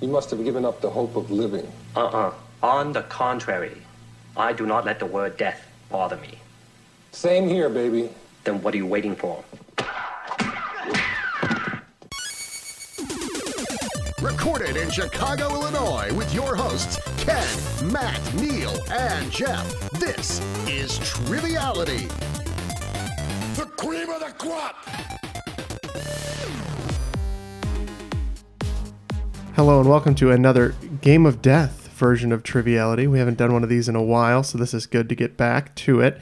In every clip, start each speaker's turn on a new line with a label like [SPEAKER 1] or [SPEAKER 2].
[SPEAKER 1] you must have given up the hope of living.
[SPEAKER 2] Uh-uh. On the contrary, I do not let the word death bother me.
[SPEAKER 1] Same here, baby.
[SPEAKER 2] Then what are you waiting for?
[SPEAKER 3] Recorded in Chicago, Illinois, with your hosts, Ken, Matt, Neil, and Jeff. This is Triviality. The cream of the crop!
[SPEAKER 4] Hello and welcome to another Game of Death version of Triviality. We haven't done one of these in a while, so this is good to get back to it.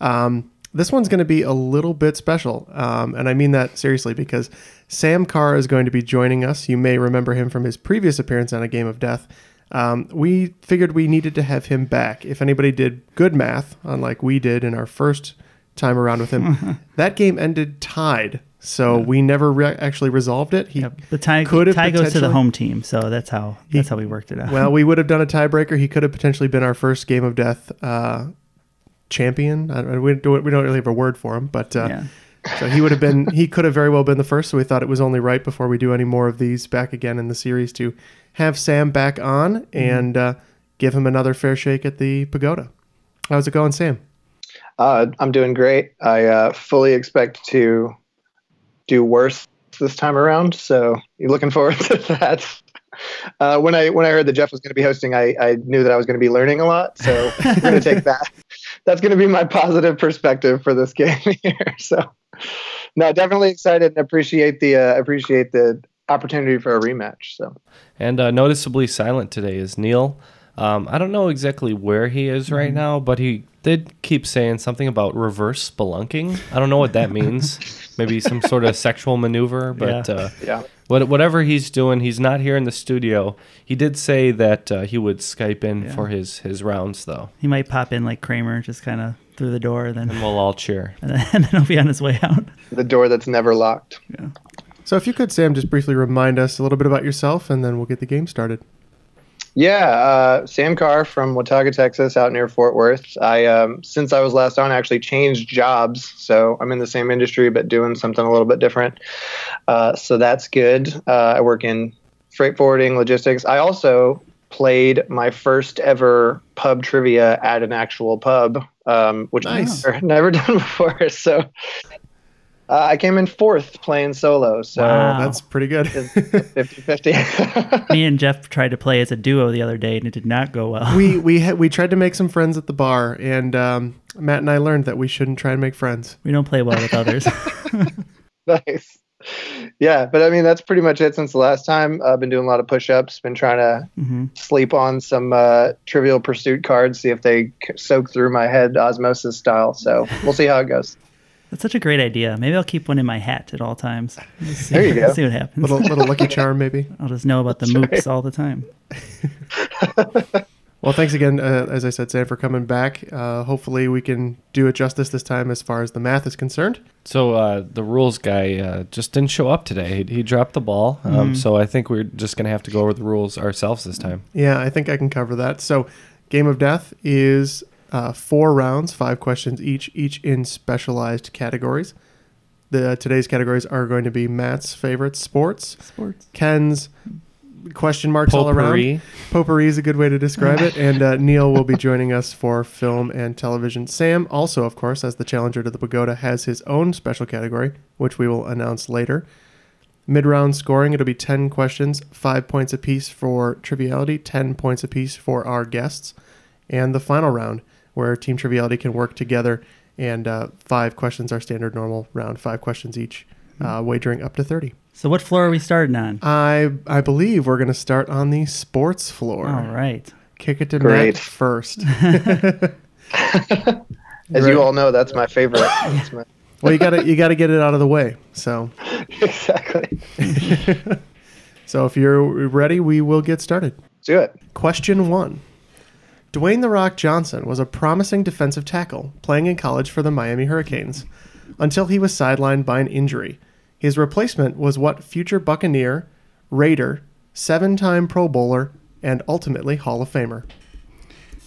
[SPEAKER 4] Um, this one's going to be a little bit special, um, and I mean that seriously because Sam Carr is going to be joining us. You may remember him from his previous appearance on A Game of Death. Um, we figured we needed to have him back. If anybody did good math, unlike we did in our first time around with him, that game ended tied. So we never re- actually resolved it. He
[SPEAKER 5] Yep. The tie,
[SPEAKER 4] could have
[SPEAKER 5] tie goes to the
[SPEAKER 4] potentially-
[SPEAKER 5] home team, so that's how that's how we worked it out.
[SPEAKER 4] Well, we would have done a tiebreaker. He could have potentially been our first game of death uh, champion. I, don't- we, don't, we don't really have a word for him, but uh,
[SPEAKER 5] Yeah.
[SPEAKER 4] so he would have been. He could have very well been the first. So we thought it was only right before we do any more of these back again in the series to have Sam back on
[SPEAKER 5] Mm-hmm.
[SPEAKER 4] and uh, give him another fair shake at the pagoda. How's it going, Sam?
[SPEAKER 6] Uh, I'm doing great. I uh, fully expect to do worse this time around. So you're looking forward to that. Uh, when I when I heard that Jeff was going to be hosting, I, I knew that I was going to be learning a lot. So I'm going to take that. That's going to be my positive perspective for this game here. So no, definitely excited and appreciate the uh, appreciate the opportunity for a rematch. So
[SPEAKER 7] And uh, noticeably silent today is Neil. Um, I don't know exactly where he is right now, but he did keep saying something about reverse spelunking. I don't know what that means. Maybe some sort of sexual maneuver, but
[SPEAKER 5] Yeah.
[SPEAKER 7] Uh,
[SPEAKER 6] Yeah.
[SPEAKER 7] what, whatever he's doing, he's not here in the studio. He did say that uh, he would Skype in for his, his rounds, though,
[SPEAKER 5] he might pop in like Kramer, just kind of through the door, then
[SPEAKER 7] and we'll all cheer.
[SPEAKER 5] and then, and then he'll be on his way out.
[SPEAKER 6] the door that's never locked.
[SPEAKER 4] So if you could, Sam, just briefly remind us a little bit about yourself, and then we'll get the game started.
[SPEAKER 6] Yeah, uh, Sam Carr from Watauga, Texas, out near Fort Worth. I um, since I was last on, I actually changed jobs, so I'm in the same industry but doing something a little bit different. Uh, so that's good. Uh, I work in freight forwarding, logistics. I also played my first ever pub trivia at an actual pub, um, which
[SPEAKER 4] Nice.
[SPEAKER 6] I've never, never done before. So uh, I came in fourth playing solo. So
[SPEAKER 5] Wow.
[SPEAKER 4] That's pretty good.
[SPEAKER 6] 50-50.
[SPEAKER 5] Me and Jeff tried to play as a duo the other day, and it did not go well.
[SPEAKER 4] we we ha- we tried to make some friends at the bar, and um, Matt and I learned that we shouldn't try and make friends.
[SPEAKER 5] We don't play well with others.
[SPEAKER 6] nice. Yeah, but I mean that's pretty much it since the last time. I've uh, been doing a lot of push-ups. Been trying to sleep on some uh, Trivial Pursuit cards, see if they c- soak through my head osmosis style. So we'll see how it goes.
[SPEAKER 5] that's such a great idea. Maybe I'll keep one in my hat at all times. We'll see-
[SPEAKER 6] There you go.
[SPEAKER 5] See what happens.
[SPEAKER 4] Little little lucky charm, maybe.
[SPEAKER 5] I'll just know about the moops all the time.
[SPEAKER 4] Well, thanks again, uh, as I said, Sam, for coming back. Uh, hopefully, we can do it justice this time as far as the math is concerned.
[SPEAKER 7] So uh, the rules guy uh, just didn't show up today. He, he dropped the ball. Um, So I think we're just going to have to go over the rules ourselves this time.
[SPEAKER 4] Yeah, I think I can cover that. So, Game of Death is uh, four rounds, five questions each, each in specialized categories. The today's categories are going to be Matt's favorite sports,
[SPEAKER 5] Sports.
[SPEAKER 4] Ken's question marks all
[SPEAKER 2] Potpourri.
[SPEAKER 4] around. Potpourri is a good way to describe it. And uh, Neil will be joining us for film and television. Sam, also, of course, as the challenger to the Pagoda, has his own special category, which we will announce later. Mid round scoring, it'll be 10 questions, 5 points apiece for triviality, 10 points apiece for our guests. And the final round, where Team Triviality can work together, and uh, 5 questions are standard normal round, 5 questions each, uh, wagering up to 30.
[SPEAKER 5] So what floor are we starting on?
[SPEAKER 4] Uh, I I believe we're going to start on the sports floor.
[SPEAKER 5] All right.
[SPEAKER 4] Kick it to
[SPEAKER 7] Great.
[SPEAKER 4] Matt first.
[SPEAKER 7] As
[SPEAKER 4] Right.
[SPEAKER 7] you all know, that's my favorite. That's my-
[SPEAKER 4] well, you got to you got to get it out of the way. So,
[SPEAKER 7] exactly.
[SPEAKER 4] so if you're ready, we will get started.
[SPEAKER 7] Let's do it.
[SPEAKER 4] Question 1. Dwayne The Rock Johnson was a promising defensive tackle playing in college for the Miami Hurricanes until he was sidelined by an injury. His replacement was what future Buccaneer, Raider, seven time Pro Bowler, and ultimately Hall of Famer.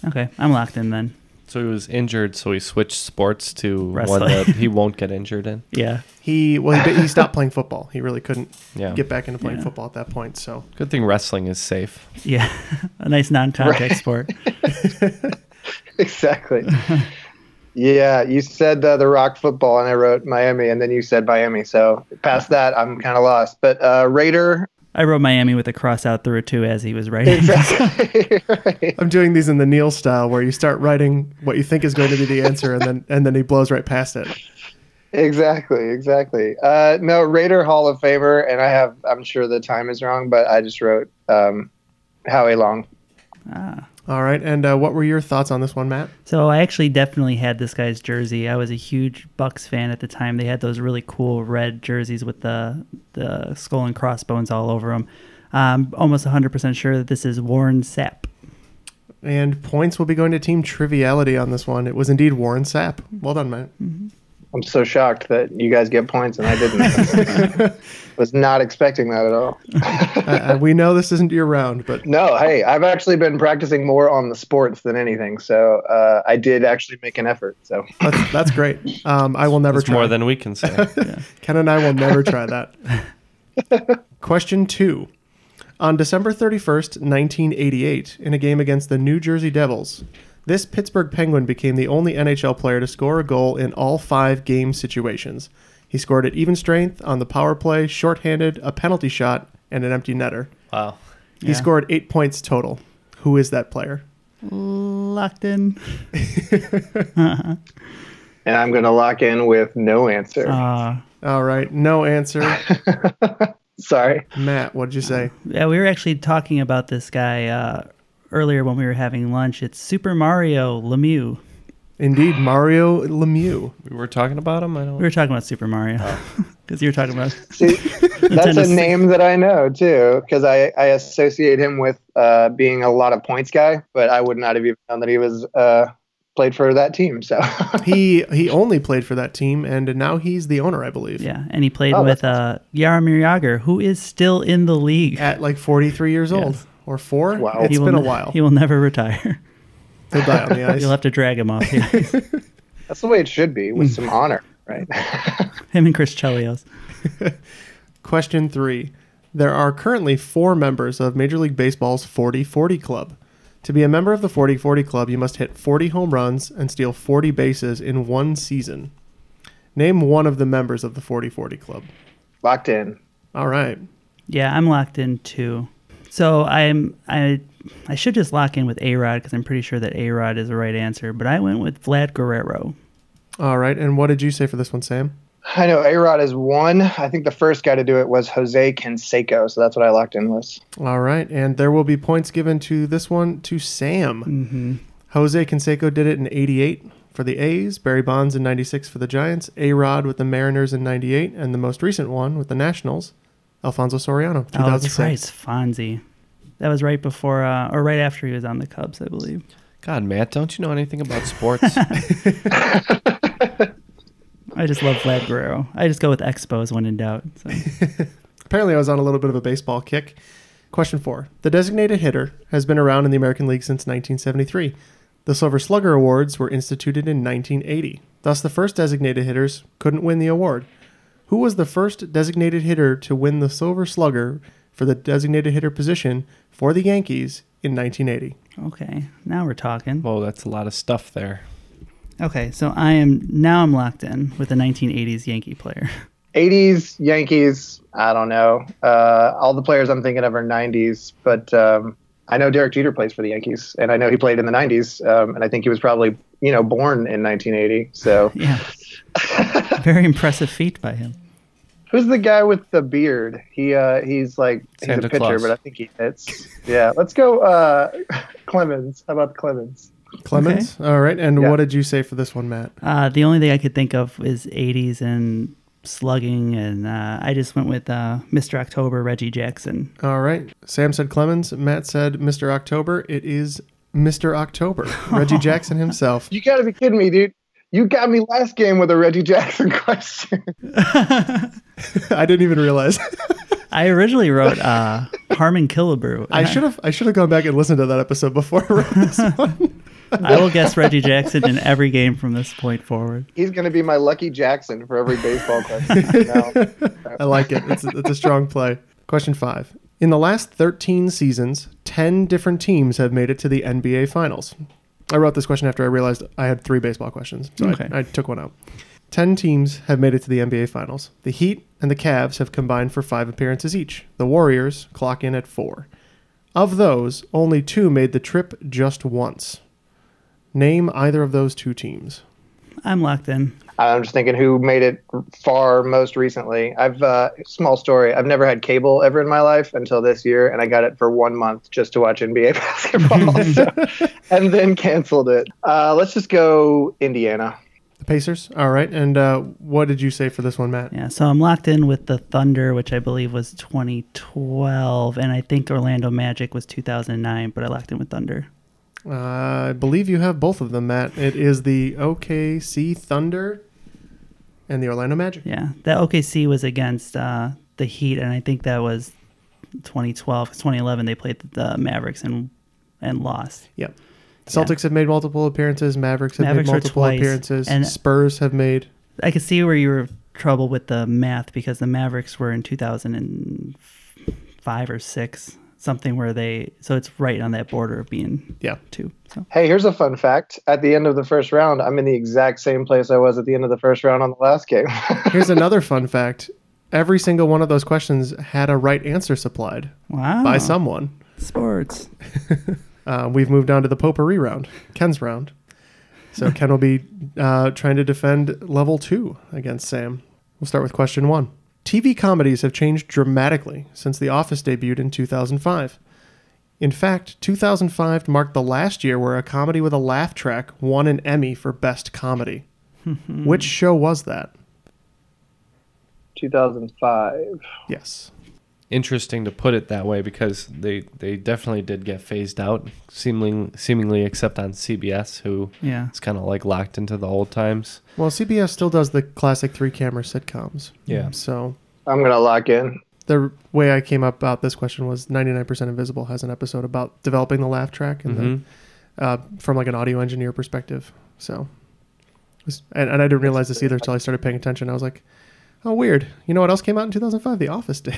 [SPEAKER 5] Okay, I'm locked in then.
[SPEAKER 2] So he was injured, so he switched sports to one
[SPEAKER 5] Wrestling.
[SPEAKER 2] that he won't get injured in.
[SPEAKER 5] Yeah.
[SPEAKER 4] He well he, he stopped playing football. He really couldn't
[SPEAKER 2] Yeah.
[SPEAKER 4] get back into playing
[SPEAKER 5] Yeah.
[SPEAKER 4] football at that point. So
[SPEAKER 2] Good thing wrestling is safe.
[SPEAKER 5] Yeah. a nice non-contact sport.
[SPEAKER 7] Exactly. yeah, you said uh, the rock football, and I wrote Miami, and then you said Miami. So past that, I'm kind of lost. But uh, Raider.
[SPEAKER 5] I wrote Miami with a cross out through it too as he was writing.
[SPEAKER 7] Exactly. Right.
[SPEAKER 4] I'm doing these in the Neil style where you start writing what you think is going to be the answer and then and then he blows right past it.
[SPEAKER 7] Exactly, exactly. Uh, no, Raider Hall of Famer, and I have. I'm sure the time is wrong, but I just wrote um, Howie Long.
[SPEAKER 4] All right. And uh, what were your thoughts on this one, Matt?
[SPEAKER 5] So I actually definitely had this guy's jersey. I was a huge Bucks fan at the time. They had those really cool red jerseys with the the skull and crossbones all over them. I'm almost 100% sure that this is Warren Sapp.
[SPEAKER 4] And points will be going to Team Triviality on this one. It was indeed Warren Sapp. Well done, Matt.
[SPEAKER 7] Mm-hmm. I'm so shocked that you guys get points and I didn't. Was not expecting that at all.
[SPEAKER 4] Uh, we know this isn't your round, but
[SPEAKER 7] No, hey, I've actually been practicing more on the sports than anything, so uh, I did actually make an effort. So
[SPEAKER 4] that's, that's great. Um, I will never
[SPEAKER 2] It's
[SPEAKER 4] try.
[SPEAKER 2] more than we can say.
[SPEAKER 4] Ken and I will never try that. Question two. On December 31st, 1988, in a game against the New Jersey Devils, this Pittsburgh Penguin became the only NHL player to score a goal in all five game situations. He scored at even strength, on the power play, shorthanded, a penalty shot, and an empty netter.
[SPEAKER 2] Wow.
[SPEAKER 4] He scored eight points total. Who is that player?
[SPEAKER 5] Locked in.
[SPEAKER 7] and I'm going to lock in with no answer.
[SPEAKER 5] Uh,
[SPEAKER 4] All right, no answer.
[SPEAKER 7] Sorry.
[SPEAKER 4] Matt, what did you say?
[SPEAKER 5] yeah, we were actually talking about this guy uh, earlier when we were having lunch. It's Super Mario Lemieux.
[SPEAKER 4] Indeed, Mario Lemieux.
[SPEAKER 2] We were talking about him. I
[SPEAKER 5] We
[SPEAKER 2] don't.
[SPEAKER 5] were talking about Super Mario
[SPEAKER 4] Oh.
[SPEAKER 5] because you were talking about
[SPEAKER 7] See, that's a
[SPEAKER 5] Tennessee.
[SPEAKER 7] name that I know too, because I, I associate him with uh, being a lot of points guy, but I would not have even known that he was uh, played for that team. So
[SPEAKER 4] he he only played for that team, and now he's the owner, I believe.
[SPEAKER 5] yeah, and he played
[SPEAKER 7] Oh,
[SPEAKER 5] with
[SPEAKER 7] that's
[SPEAKER 5] uh, Yaramir Yager, who is still in the league.
[SPEAKER 4] At like 43 years old
[SPEAKER 5] Yes.
[SPEAKER 4] or four.
[SPEAKER 7] Wow.
[SPEAKER 4] Oh, It's
[SPEAKER 5] He will
[SPEAKER 4] been a
[SPEAKER 5] ne-
[SPEAKER 4] while.
[SPEAKER 5] He will never retire.
[SPEAKER 4] He'll die on the ice.
[SPEAKER 5] You'll have to drag him off. Here. Mm.
[SPEAKER 7] that's the way it should be, with some honor, right?
[SPEAKER 5] him and Chris Chelios.
[SPEAKER 4] Question three. There are currently four members of Major League Baseball's 40 40 Club. To be a member of the 40 40 Club, you must hit 40 home runs and steal 40 bases in one season. Name one of the members of the 40 40 Club.
[SPEAKER 7] Locked in.
[SPEAKER 4] All right.
[SPEAKER 5] Yeah, I'm locked in too. So I'm I I should just lock in with A Rod because I'm pretty sure that A Rod is the right answer. But I went with Vlad Guerrero.
[SPEAKER 4] All right. And what did you say for this one, Sam?
[SPEAKER 7] I know Arod is one. I think the first guy to do it was Jose Canseco, so that's what I locked in with.
[SPEAKER 4] All right, and there will be points given to this one to Sam.
[SPEAKER 5] Mm-hmm.
[SPEAKER 4] Jose Canseco did it in '88 for the A's, Barry Bonds in '96 for the Giants, A Rod with the Mariners in '98, and the most recent one with the Nationals, Alfonso Soriano, 2006.
[SPEAKER 5] Oh, that's right, it's Fonzie. That was right before uh, or right after he was on the Cubs, I believe.
[SPEAKER 2] God, Matt, don't you know anything about sports?
[SPEAKER 5] I just love Vlad Guerrero. I just go with Expos when in doubt. So.
[SPEAKER 4] Apparently, I was on a little bit of a baseball kick. Question four: The designated hitter has been around in the American League since 1973. The Silver Slugger Awards were instituted in 1980. Thus, the first designated hitters couldn't win the award. Who was the first designated hitter to win the Silver Slugger for the designated hitter position for the Yankees in 1980.
[SPEAKER 5] Okay, now we're talking.
[SPEAKER 7] Whoa, that's a lot of stuff there.
[SPEAKER 5] Okay, so I am now I'm locked in with a 1980s Yankee player.
[SPEAKER 3] 80s Yankees. I don't know. Uh, all the players I'm thinking of are 90s, but um, I know Derek Jeter plays for the Yankees, and I know he played in the 90s, um, and I think he was probably you know born in 1980. So
[SPEAKER 5] yeah, very impressive feat by him.
[SPEAKER 3] Who's the guy with the beard? He uh, he's like he's
[SPEAKER 7] Santa
[SPEAKER 3] a pitcher,
[SPEAKER 7] Claus.
[SPEAKER 3] but I think he hits. Yeah, let's go uh, Clemens. How about Clemens?
[SPEAKER 4] Clemens. All right. And
[SPEAKER 3] Yeah.
[SPEAKER 4] what did you say for this one, Matt?
[SPEAKER 5] Uh, the only thing I could think of is 80s and slugging, and uh, I just went with uh, Mr. October, Reggie Jackson.
[SPEAKER 4] All right. Sam said Clemens. Matt said Mr. October. It is Mr. October, Reggie Jackson himself.
[SPEAKER 3] You got to be kidding me, dude. You got me last game with a Reggie Jackson question.
[SPEAKER 4] I didn't even realize.
[SPEAKER 5] I originally wrote uh, Harmon Killebrew.
[SPEAKER 4] I should have. I should have gone back and listened to that episode before I wrote this one.
[SPEAKER 5] I will guess Reggie Jackson in every game from this point forward.
[SPEAKER 3] He's going to be my lucky Jackson for every baseball question. No.
[SPEAKER 4] I like it. It's, it's a strong play. Question five. In the last 13 seasons, 10 different teams have made it to the NBA Finals. I wrote this question after I realized I had three baseball questions, so I-
[SPEAKER 5] Okay.
[SPEAKER 4] I, took one out. 10 teams have made it to the NBA Finals. The Heat and the Cavs have combined for five appearances each. The Warriors clock in at four. Of those, only two made the trip just once. Name either of those two teams.
[SPEAKER 5] I'm locked in.
[SPEAKER 3] I'm just thinking who made it far most recently. I've uh, small story. I've never had cable ever in my life until this year, and I got it for one month just to watch NBA basketball, so- and then canceled it. Uh, let's just go Indiana.
[SPEAKER 4] The Pacers. All right. And uh, what did you say for this one, Matt?
[SPEAKER 5] Yeah, so I'm locked in with the Thunder, which I believe was 2012, and I think Orlando Magic was 2009, but I locked in with Thunder.
[SPEAKER 4] Uh, I believe you have both of them, Matt. It is the OKC Thunder and the Orlando Magic.
[SPEAKER 5] Yeah, that OKC was against uh, the Heat, and I think that was 2012, 2011. They played the Mavericks and and lost.
[SPEAKER 4] Yep. Celtics have made multiple appearances. Mavericks have
[SPEAKER 5] Mavericks
[SPEAKER 4] made
[SPEAKER 5] were
[SPEAKER 4] multiple
[SPEAKER 5] twice,
[SPEAKER 4] appearances.
[SPEAKER 5] and-
[SPEAKER 4] Spurs have made.
[SPEAKER 5] I could see where you were trouble with the math because the Mavericks were in 2005 or six, something where they so it's right on that border of being
[SPEAKER 4] Yeah.
[SPEAKER 5] two. So
[SPEAKER 3] Hey, here's a fun fact. At the end of the first round, I'm in the exact same place I was at the end of the first round on the last game.
[SPEAKER 4] Here's another fun fact. Every single one of those questions had a right answer supplied
[SPEAKER 5] wow,
[SPEAKER 4] by someone.
[SPEAKER 5] sports.
[SPEAKER 4] Uh, we've moved on to the potpourri round, Ken's round. So Ken will be uh, trying to defend level two against Sam. We'll start with question one. TV comedies have changed dramatically since The Office debuted in 2005. In fact, 2005 marked the last year where a comedy with a laugh track won an Emmy for Best Comedy. Which show was that?
[SPEAKER 3] 2005.
[SPEAKER 4] Yes.
[SPEAKER 7] Interesting to put it that way because they, they definitely did get phased out, seeming, seemingly except on CBS, who
[SPEAKER 5] Yeah.
[SPEAKER 7] is kind of like locked into the old times.
[SPEAKER 4] Well, CBS still does the classic three camera sitcoms.
[SPEAKER 7] Yeah.
[SPEAKER 4] So
[SPEAKER 3] I'm gonna lock in.
[SPEAKER 4] the way I came up about this question was 99% Invisible has an episode about developing the laugh track and
[SPEAKER 7] Mm-hmm.
[SPEAKER 4] the, uh, from like an audio engineer perspective. So, it was- and, and I didn't realize this either until I started paying attention. I was like, oh, weird. You know what else came out in 2005? The Office did.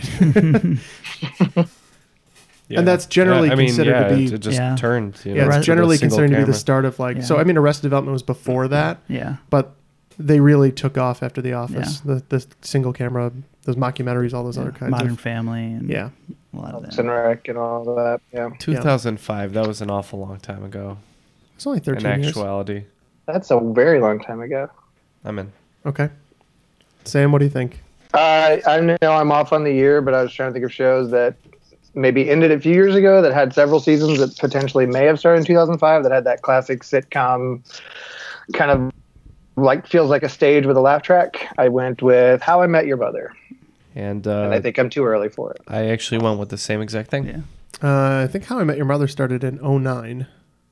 [SPEAKER 7] Yeah.
[SPEAKER 4] that's generally
[SPEAKER 7] I mean,
[SPEAKER 4] considered to
[SPEAKER 7] yeah,
[SPEAKER 4] be-
[SPEAKER 7] It, it just
[SPEAKER 5] Yeah.
[SPEAKER 7] turned. You know,
[SPEAKER 4] yeah,
[SPEAKER 7] to
[SPEAKER 4] it's
[SPEAKER 7] the
[SPEAKER 4] generally
[SPEAKER 7] single
[SPEAKER 4] considered to be
[SPEAKER 7] camera.
[SPEAKER 4] the start of like, so
[SPEAKER 5] Yeah.
[SPEAKER 4] I mean, Arrested Development was before that,
[SPEAKER 5] Yeah.
[SPEAKER 4] but they really took off after The Office, the, the single camera, those mockumentaries, all those other kinds
[SPEAKER 5] Modern
[SPEAKER 4] of.
[SPEAKER 5] Family and
[SPEAKER 4] Yeah.
[SPEAKER 5] a lot of that.
[SPEAKER 3] Cineric and all that. Yeah,
[SPEAKER 7] 2005. That was an awful long time ago.
[SPEAKER 4] It's only 13
[SPEAKER 7] In
[SPEAKER 4] years.
[SPEAKER 7] actuality,
[SPEAKER 3] that's a very long time ago.
[SPEAKER 7] I'm in.
[SPEAKER 4] Okay. Sam, what do you think?
[SPEAKER 3] Uh, I know I'm off on the year, but I was trying to think of shows that maybe ended a few years ago that had several seasons that potentially may have started in 2005 that had that classic sitcom kind of like feels like a stage with a laugh track. I went with How I Met Your Mother,
[SPEAKER 7] And, uh,
[SPEAKER 3] and I think I'm too early for it.
[SPEAKER 7] I actually went with the same exact thing.
[SPEAKER 5] Yeah.
[SPEAKER 4] Uh, I think How I Met Your Mother started in 09,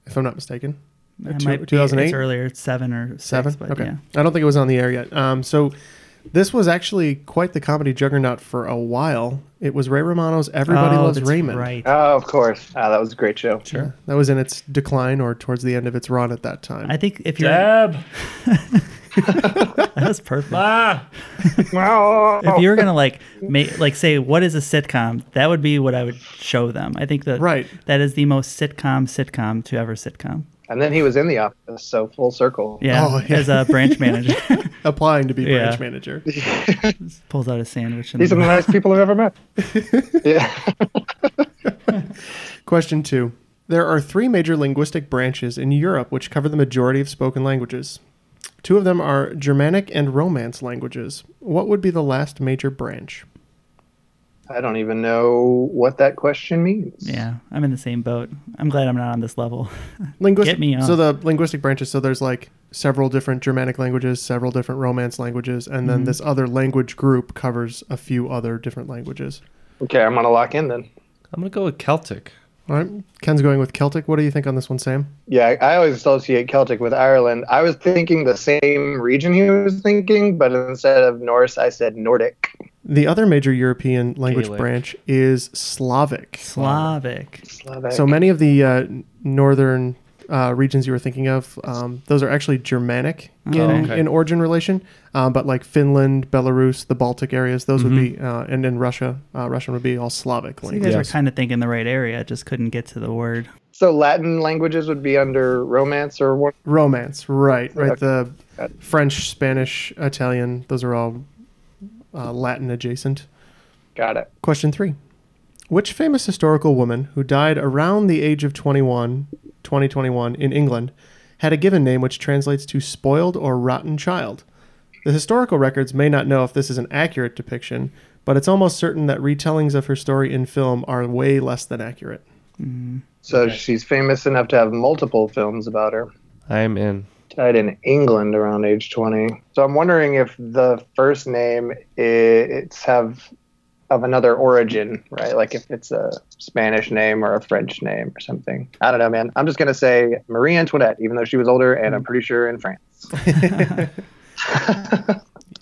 [SPEAKER 4] if I'm not mistaken. Or
[SPEAKER 5] It
[SPEAKER 4] two-
[SPEAKER 5] might be-
[SPEAKER 4] 2008?
[SPEAKER 5] It's earlier. It's seven or six,
[SPEAKER 4] Seven?
[SPEAKER 5] But
[SPEAKER 4] okay.
[SPEAKER 5] Yeah.
[SPEAKER 4] I don't think it was on the air yet. Um, so this was actually quite the comedy juggernaut for a while. It was Ray Romano's Everybody
[SPEAKER 5] Oh,
[SPEAKER 4] Loves
[SPEAKER 5] that's
[SPEAKER 4] Raymond.
[SPEAKER 5] Right.
[SPEAKER 3] Oh, of course. Ah, that was a great show.
[SPEAKER 4] Sure. That was in its decline or towards the end of its run at that time.
[SPEAKER 5] I think if you're That's perfect. if you were gonna like make like say what is a sitcom, that would be what I would show them. I think that
[SPEAKER 3] Right.
[SPEAKER 5] that is the most sitcom sitcom to ever sitcom.
[SPEAKER 3] And then he was in the office, so full circle.
[SPEAKER 5] Yeah,
[SPEAKER 4] Oh,
[SPEAKER 5] as a branch manager,
[SPEAKER 4] applying to be branch
[SPEAKER 5] Yeah.
[SPEAKER 4] manager.
[SPEAKER 5] pulls out a sandwich. And
[SPEAKER 3] These are the nicest people I've ever met.
[SPEAKER 4] Question two. There are three major linguistic branches in Europe which cover the majority of spoken languages. Two of them are Germanic and Romance languages. What would be the last major branch?
[SPEAKER 3] I don't even know what that question means.
[SPEAKER 5] Yeah, I'm in the same boat. I'm glad I'm not on this level.
[SPEAKER 4] Linguistic.
[SPEAKER 5] Get me on.
[SPEAKER 4] So the linguistic branches. So there's like several different Germanic languages, several different Romance languages, and
[SPEAKER 5] Mm-hmm.
[SPEAKER 4] then
[SPEAKER 3] Mhm.
[SPEAKER 4] this other language group covers a few other different languages.
[SPEAKER 3] Okay, I'm gonna lock in then.
[SPEAKER 7] I'm gonna go with Celtic.
[SPEAKER 4] All right, Ken's going with Celtic. What do you think on this one, Sam?
[SPEAKER 3] Yeah, I always associate Celtic with Ireland. I was thinking the same region he was thinking, but instead of Norse, I said Nordic.
[SPEAKER 4] The other major European language
[SPEAKER 3] Gaelic.
[SPEAKER 4] branch is Slavic.
[SPEAKER 5] Slavic.
[SPEAKER 3] Slavic.
[SPEAKER 4] So many of the uh, northern uh, regions you were thinking of, um, those are actually Germanic in,
[SPEAKER 5] Oh, okay.
[SPEAKER 4] in origin relation. Um, but like Finland, Belarus, the Baltic areas, those would
[SPEAKER 5] Mm-hmm.
[SPEAKER 4] be, uh, and then Russia, uh, Russian would be all Slavic
[SPEAKER 5] So you
[SPEAKER 4] languages.
[SPEAKER 5] guys were kind of thinking the right area, just couldn't get to the word.
[SPEAKER 3] So Latin languages would be under Romance or one.
[SPEAKER 4] Romance, right? Right. The French, Spanish, Italian, those are all uh, Latin adjacent.
[SPEAKER 3] Got it.
[SPEAKER 4] Question three. Which famous historical woman who died around the age of 21, 2021 in England had a given name which translates to spoiled or rotten child? The historical records may not know if this is an accurate depiction, but it's almost certain that retellings of her story in film are way less than accurate.
[SPEAKER 3] So she's famous enough to have multiple films about her.
[SPEAKER 7] I'm in.
[SPEAKER 3] Died in England around age 20. So I'm wondering if the first name i- it's have of another origin, right? Like if it's a Spanish name or a French name or something. I don't know, man. I'm just gonna say Marie Antoinette, even though she was older, and I'm pretty sure in France.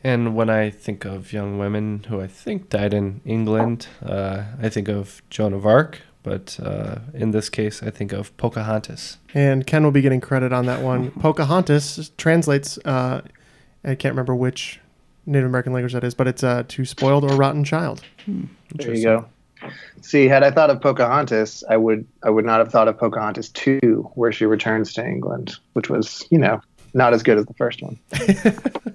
[SPEAKER 7] And when I think of young women who I think died in England, uh, I think of Joan of Arc. But uh, in this case, I think of Pocahontas.
[SPEAKER 4] And Ken will be getting credit on that one. Pocahontas translates, uh, I can't remember which Native American language that is, but it's uh, to spoiled or rotten child.
[SPEAKER 3] There you go. See, had I thought of Pocahontas, I would I would not have thought of Pocahontas two, where she returns to England, which was you know not as good as the first one.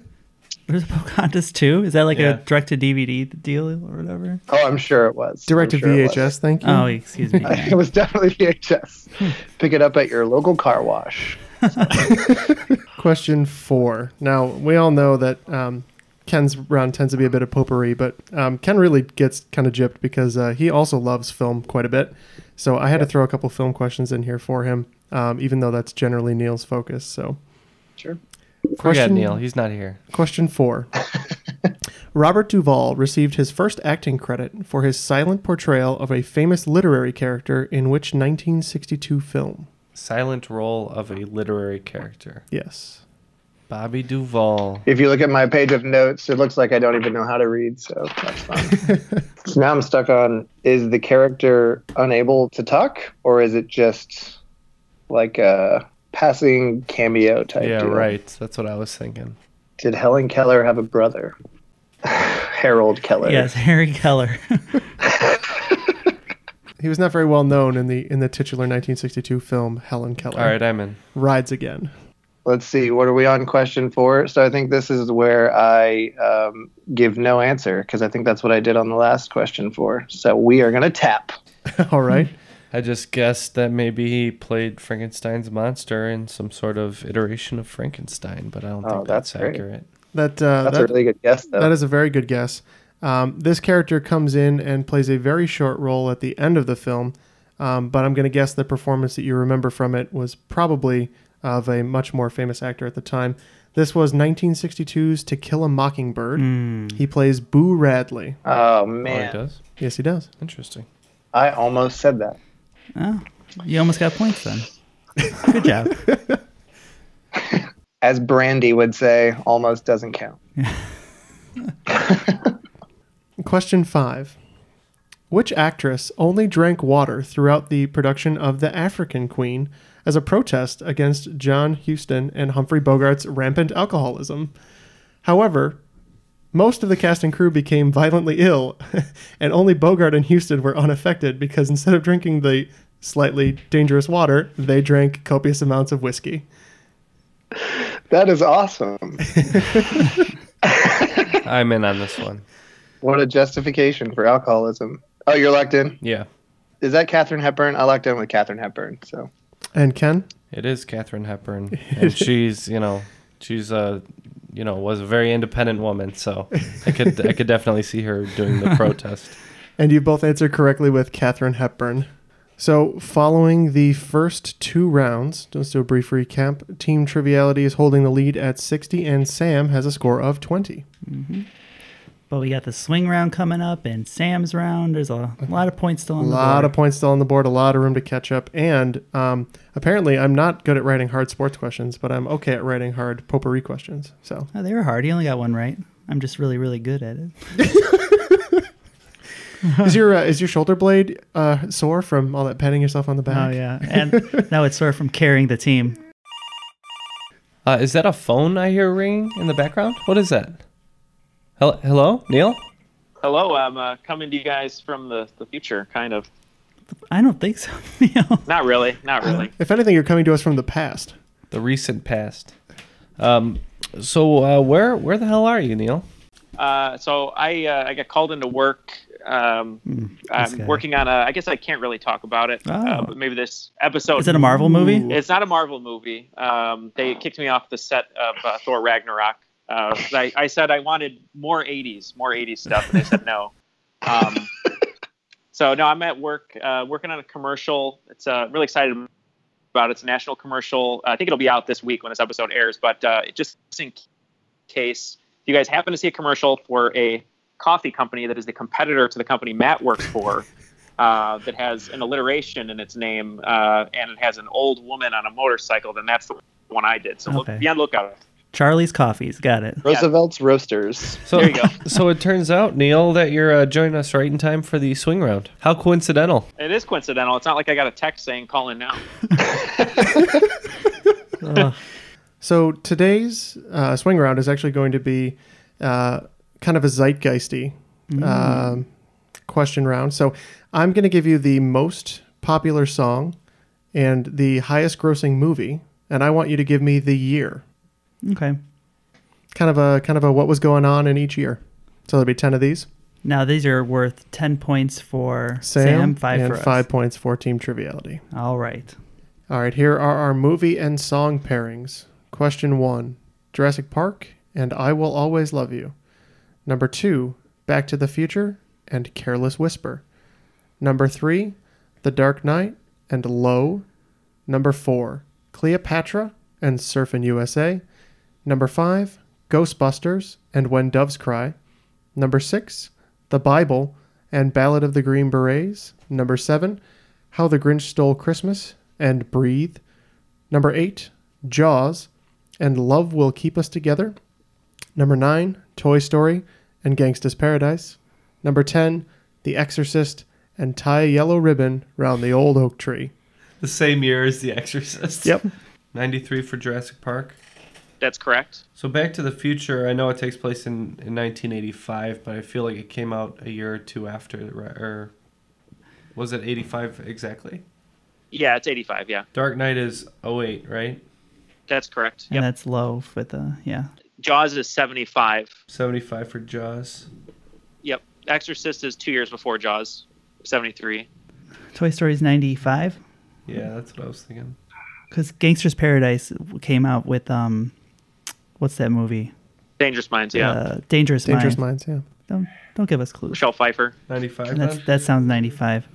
[SPEAKER 5] There's Pocahontas 2? Is that like
[SPEAKER 3] Yeah.
[SPEAKER 5] a direct to DVD deal or whatever?
[SPEAKER 3] Oh, I'm sure it was.
[SPEAKER 4] Direct to
[SPEAKER 3] I'm sure it was.
[SPEAKER 4] VHS, thank you.
[SPEAKER 3] Um,
[SPEAKER 5] Oh, excuse me.
[SPEAKER 3] it was definitely VHS. Pick it up at your local car wash.
[SPEAKER 4] Question four. Now we all know that um, Ken's round tends to be a bit of potpourri, but um, Ken really gets kind of gypped because uh, he also loves film quite a bit. So I had to throw a couple film questions in here for him, um, even though that's generally Neil's focus. So
[SPEAKER 3] Sure.
[SPEAKER 7] Forget Neil. He's not here.
[SPEAKER 4] Question four. Robert Duvall received his first acting credit for his silent portrayal of a famous literary character in which 1962 film?
[SPEAKER 7] Silent role of a literary character.
[SPEAKER 4] Yes.
[SPEAKER 7] Bobby Duvall.
[SPEAKER 3] If you look at my page of notes, it looks like I don't even know how to read, so that's fine. so now I'm stuck on is the character unable to talk, or is it just like a passing cameo type?
[SPEAKER 7] Yeah,
[SPEAKER 3] deal?
[SPEAKER 7] right. That's what I was thinking.
[SPEAKER 3] Did Helen Keller have a brother? Harold Keller.
[SPEAKER 5] Yes, Harry Keller.
[SPEAKER 4] He was not very well known in the in the titular 1962 film Helen Keller.
[SPEAKER 7] All right, I'm in.
[SPEAKER 4] Rides again.
[SPEAKER 3] Let's see. What are we on question four? So I think this is where I um, give no answer because I think that's what I did on the last question four. So we are going to tap.
[SPEAKER 4] All right.
[SPEAKER 7] I just guessed that maybe he played Frankenstein's monster in some sort of iteration of Frankenstein, but I don't
[SPEAKER 3] Oh,
[SPEAKER 7] think
[SPEAKER 3] that's
[SPEAKER 7] that's,
[SPEAKER 3] great.
[SPEAKER 7] accurate.
[SPEAKER 4] That uh,
[SPEAKER 3] That's a
[SPEAKER 4] that,
[SPEAKER 3] really good guess, though.
[SPEAKER 4] That is a very good guess. Um, this character comes in and plays a very short role at the end of the film, um, but I'm going to guess the performance that you remember from it was probably of a much more famous actor at the time. This was 1962's To Kill a Mockingbird. He plays Boo Radley.
[SPEAKER 3] Oh man,
[SPEAKER 7] does?
[SPEAKER 4] Yes, he does.
[SPEAKER 7] Interesting.
[SPEAKER 3] I almost said that.
[SPEAKER 5] Oh, you almost got points then. Good job.
[SPEAKER 3] As Brandy would say, almost doesn't count.
[SPEAKER 4] Question five. Which actress only drank water throughout the production of The African Queen as a protest against John Huston and Humphrey Bogart's rampant alcoholism? However, most of the cast and crew became violently ill, and only Bogart and Houston were unaffected because instead of drinking the slightly dangerous water, they drank copious amounts of whiskey.
[SPEAKER 3] That is awesome.
[SPEAKER 7] I'm in on this one.
[SPEAKER 3] What a justification for alcoholism. Oh, you're locked in?
[SPEAKER 7] Yeah.
[SPEAKER 3] Is that Katherine Hepburn? I locked in with Katherine Hepburn. So
[SPEAKER 4] And Ken?
[SPEAKER 7] It is Katherine Hepburn, and she's you know she's a you know was a very independent woman, so I could I could definitely see her doing the protest.
[SPEAKER 4] And you both answered correctly with Katherine Hepburn. So, following the first two rounds, let's do a brief recap. Team Triviality is holding the lead at 60, and Sam has a score of 20.
[SPEAKER 5] But we got the swing round coming up and Sam's round. There's a lot of points still
[SPEAKER 4] A
[SPEAKER 5] on the
[SPEAKER 4] lot
[SPEAKER 5] board.
[SPEAKER 4] of points still on the board, a lot of room to catch up. And um, apparently, I'm not good at writing hard sports questions, but I'm okay at writing hard potpourri questions. So,
[SPEAKER 5] Oh, they were hard. He only got one right. I'm just really, really good at it.
[SPEAKER 4] is your uh, is your shoulder blade uh, sore from all that patting yourself on the
[SPEAKER 5] Oh
[SPEAKER 4] back?
[SPEAKER 5] yeah, and now it's sort of from carrying the team.
[SPEAKER 7] Uh, is that a phone I hear ringing in the background? What is that? Hello, hello, Neil.
[SPEAKER 2] Hello, I'm uh, coming to you guys from the, the future, kind of.
[SPEAKER 5] I don't think so.
[SPEAKER 2] Not really, not really.
[SPEAKER 4] If anything, you're coming to us from the past.
[SPEAKER 7] The recent past. Um, so uh, where where the hell are you, Neil?
[SPEAKER 2] Uh, so I uh, I got called into work. Um,
[SPEAKER 7] Hmm.
[SPEAKER 2] I'm
[SPEAKER 5] guy.
[SPEAKER 2] working on a. I guess I can't really talk about it. Uh,
[SPEAKER 5] Oh.
[SPEAKER 2] but maybe this episode.
[SPEAKER 5] Is it a Marvel movie? Ooh.
[SPEAKER 2] It's not a Marvel movie. Um, they kicked me off the set of uh, Thor Ragnarok. Uh, 'cause I, I said I wanted more 80s, more 80s stuff, and they said no. Um, so no, I'm at work uh, working on a commercial. It's uh, really excited about it. It's a national commercial. I think it'll be out this week when this episode airs. But uh, it just in case if you guys happen to see a commercial for a coffee company that is the competitor to the company Matt works for, uh, that has an alliteration in its name uh, and it has an old woman on a motorcycle, then that's the one I did. So
[SPEAKER 5] Okay.
[SPEAKER 2] look, be on the lookout.
[SPEAKER 5] Charlie's Coffees, got it.
[SPEAKER 3] Roosevelt's Roasters.
[SPEAKER 7] So
[SPEAKER 2] There you go.
[SPEAKER 7] so it turns out, Neil, that you're uh, joining us right in time for the swing round. How coincidental!
[SPEAKER 2] It is coincidental. It's not like I got a text saying call in now.
[SPEAKER 4] So today's uh, swing round is actually going to be uh, kind of a zeitgeisty
[SPEAKER 5] Mm.
[SPEAKER 4] um, question round. So I'm going to give you the most popular song and the highest grossing movie, and I want you to give me the year.
[SPEAKER 5] Okay.
[SPEAKER 4] Kind of a kind of a what was going on in each year. So there'll be ten of these.
[SPEAKER 5] Now these are worth ten points for Sam, five
[SPEAKER 4] and
[SPEAKER 5] for us.
[SPEAKER 4] five points for team triviality.
[SPEAKER 5] All right.
[SPEAKER 4] All right, here are our movie and song pairings. Question one Jurassic Park and I Will Always Love You. Number two, Back to the Future and Careless Whisper. Number three, The Dark Knight and Low. Number four, Cleopatra and Surfin' USA. Number five, Ghostbusters and When Doves Cry. Number six, The Bible and Ballad of the Green Berets. Number seven, How the Grinch Stole Christmas and Breathe. Number eight, Jaws and Love Will Keep Us Together. Number nine, Toy Story and Gangsta's Paradise. Number ten, The Exorcist and Tie a Yellow Ribbon Round the Old Oak Tree.
[SPEAKER 7] The same year as The Exorcist.
[SPEAKER 4] Yep.
[SPEAKER 7] Ninety-three for Jurassic Park.
[SPEAKER 2] That's correct.
[SPEAKER 7] So Back to the Future, I know it takes place in, in 1985, but I feel like it came out a year or two after, ri- or was it 85 exactly?
[SPEAKER 2] Yeah, it's 85. Yeah,
[SPEAKER 7] Dark Knight is 08, right?
[SPEAKER 2] that's correct.
[SPEAKER 5] And that's low with the yeah.
[SPEAKER 2] Jaws is 75.
[SPEAKER 7] 75 for Jaws.
[SPEAKER 2] Yep. Exorcist is two years before Jaws, 73.
[SPEAKER 5] Toy Story's ninety five
[SPEAKER 7] Yeah, that's what I was thinking.
[SPEAKER 5] because Gangster's Paradise came out with um, what's that movie?
[SPEAKER 2] Dangerous Minds. Yeah.
[SPEAKER 5] Uh, Dangerous,
[SPEAKER 4] Dangerous
[SPEAKER 5] Minds.
[SPEAKER 4] Minds, yeah.
[SPEAKER 5] Don't don't give us clues.
[SPEAKER 2] Michelle Pfeiffer.
[SPEAKER 7] 95.
[SPEAKER 5] That's
[SPEAKER 7] then?
[SPEAKER 5] that sounds ninety five.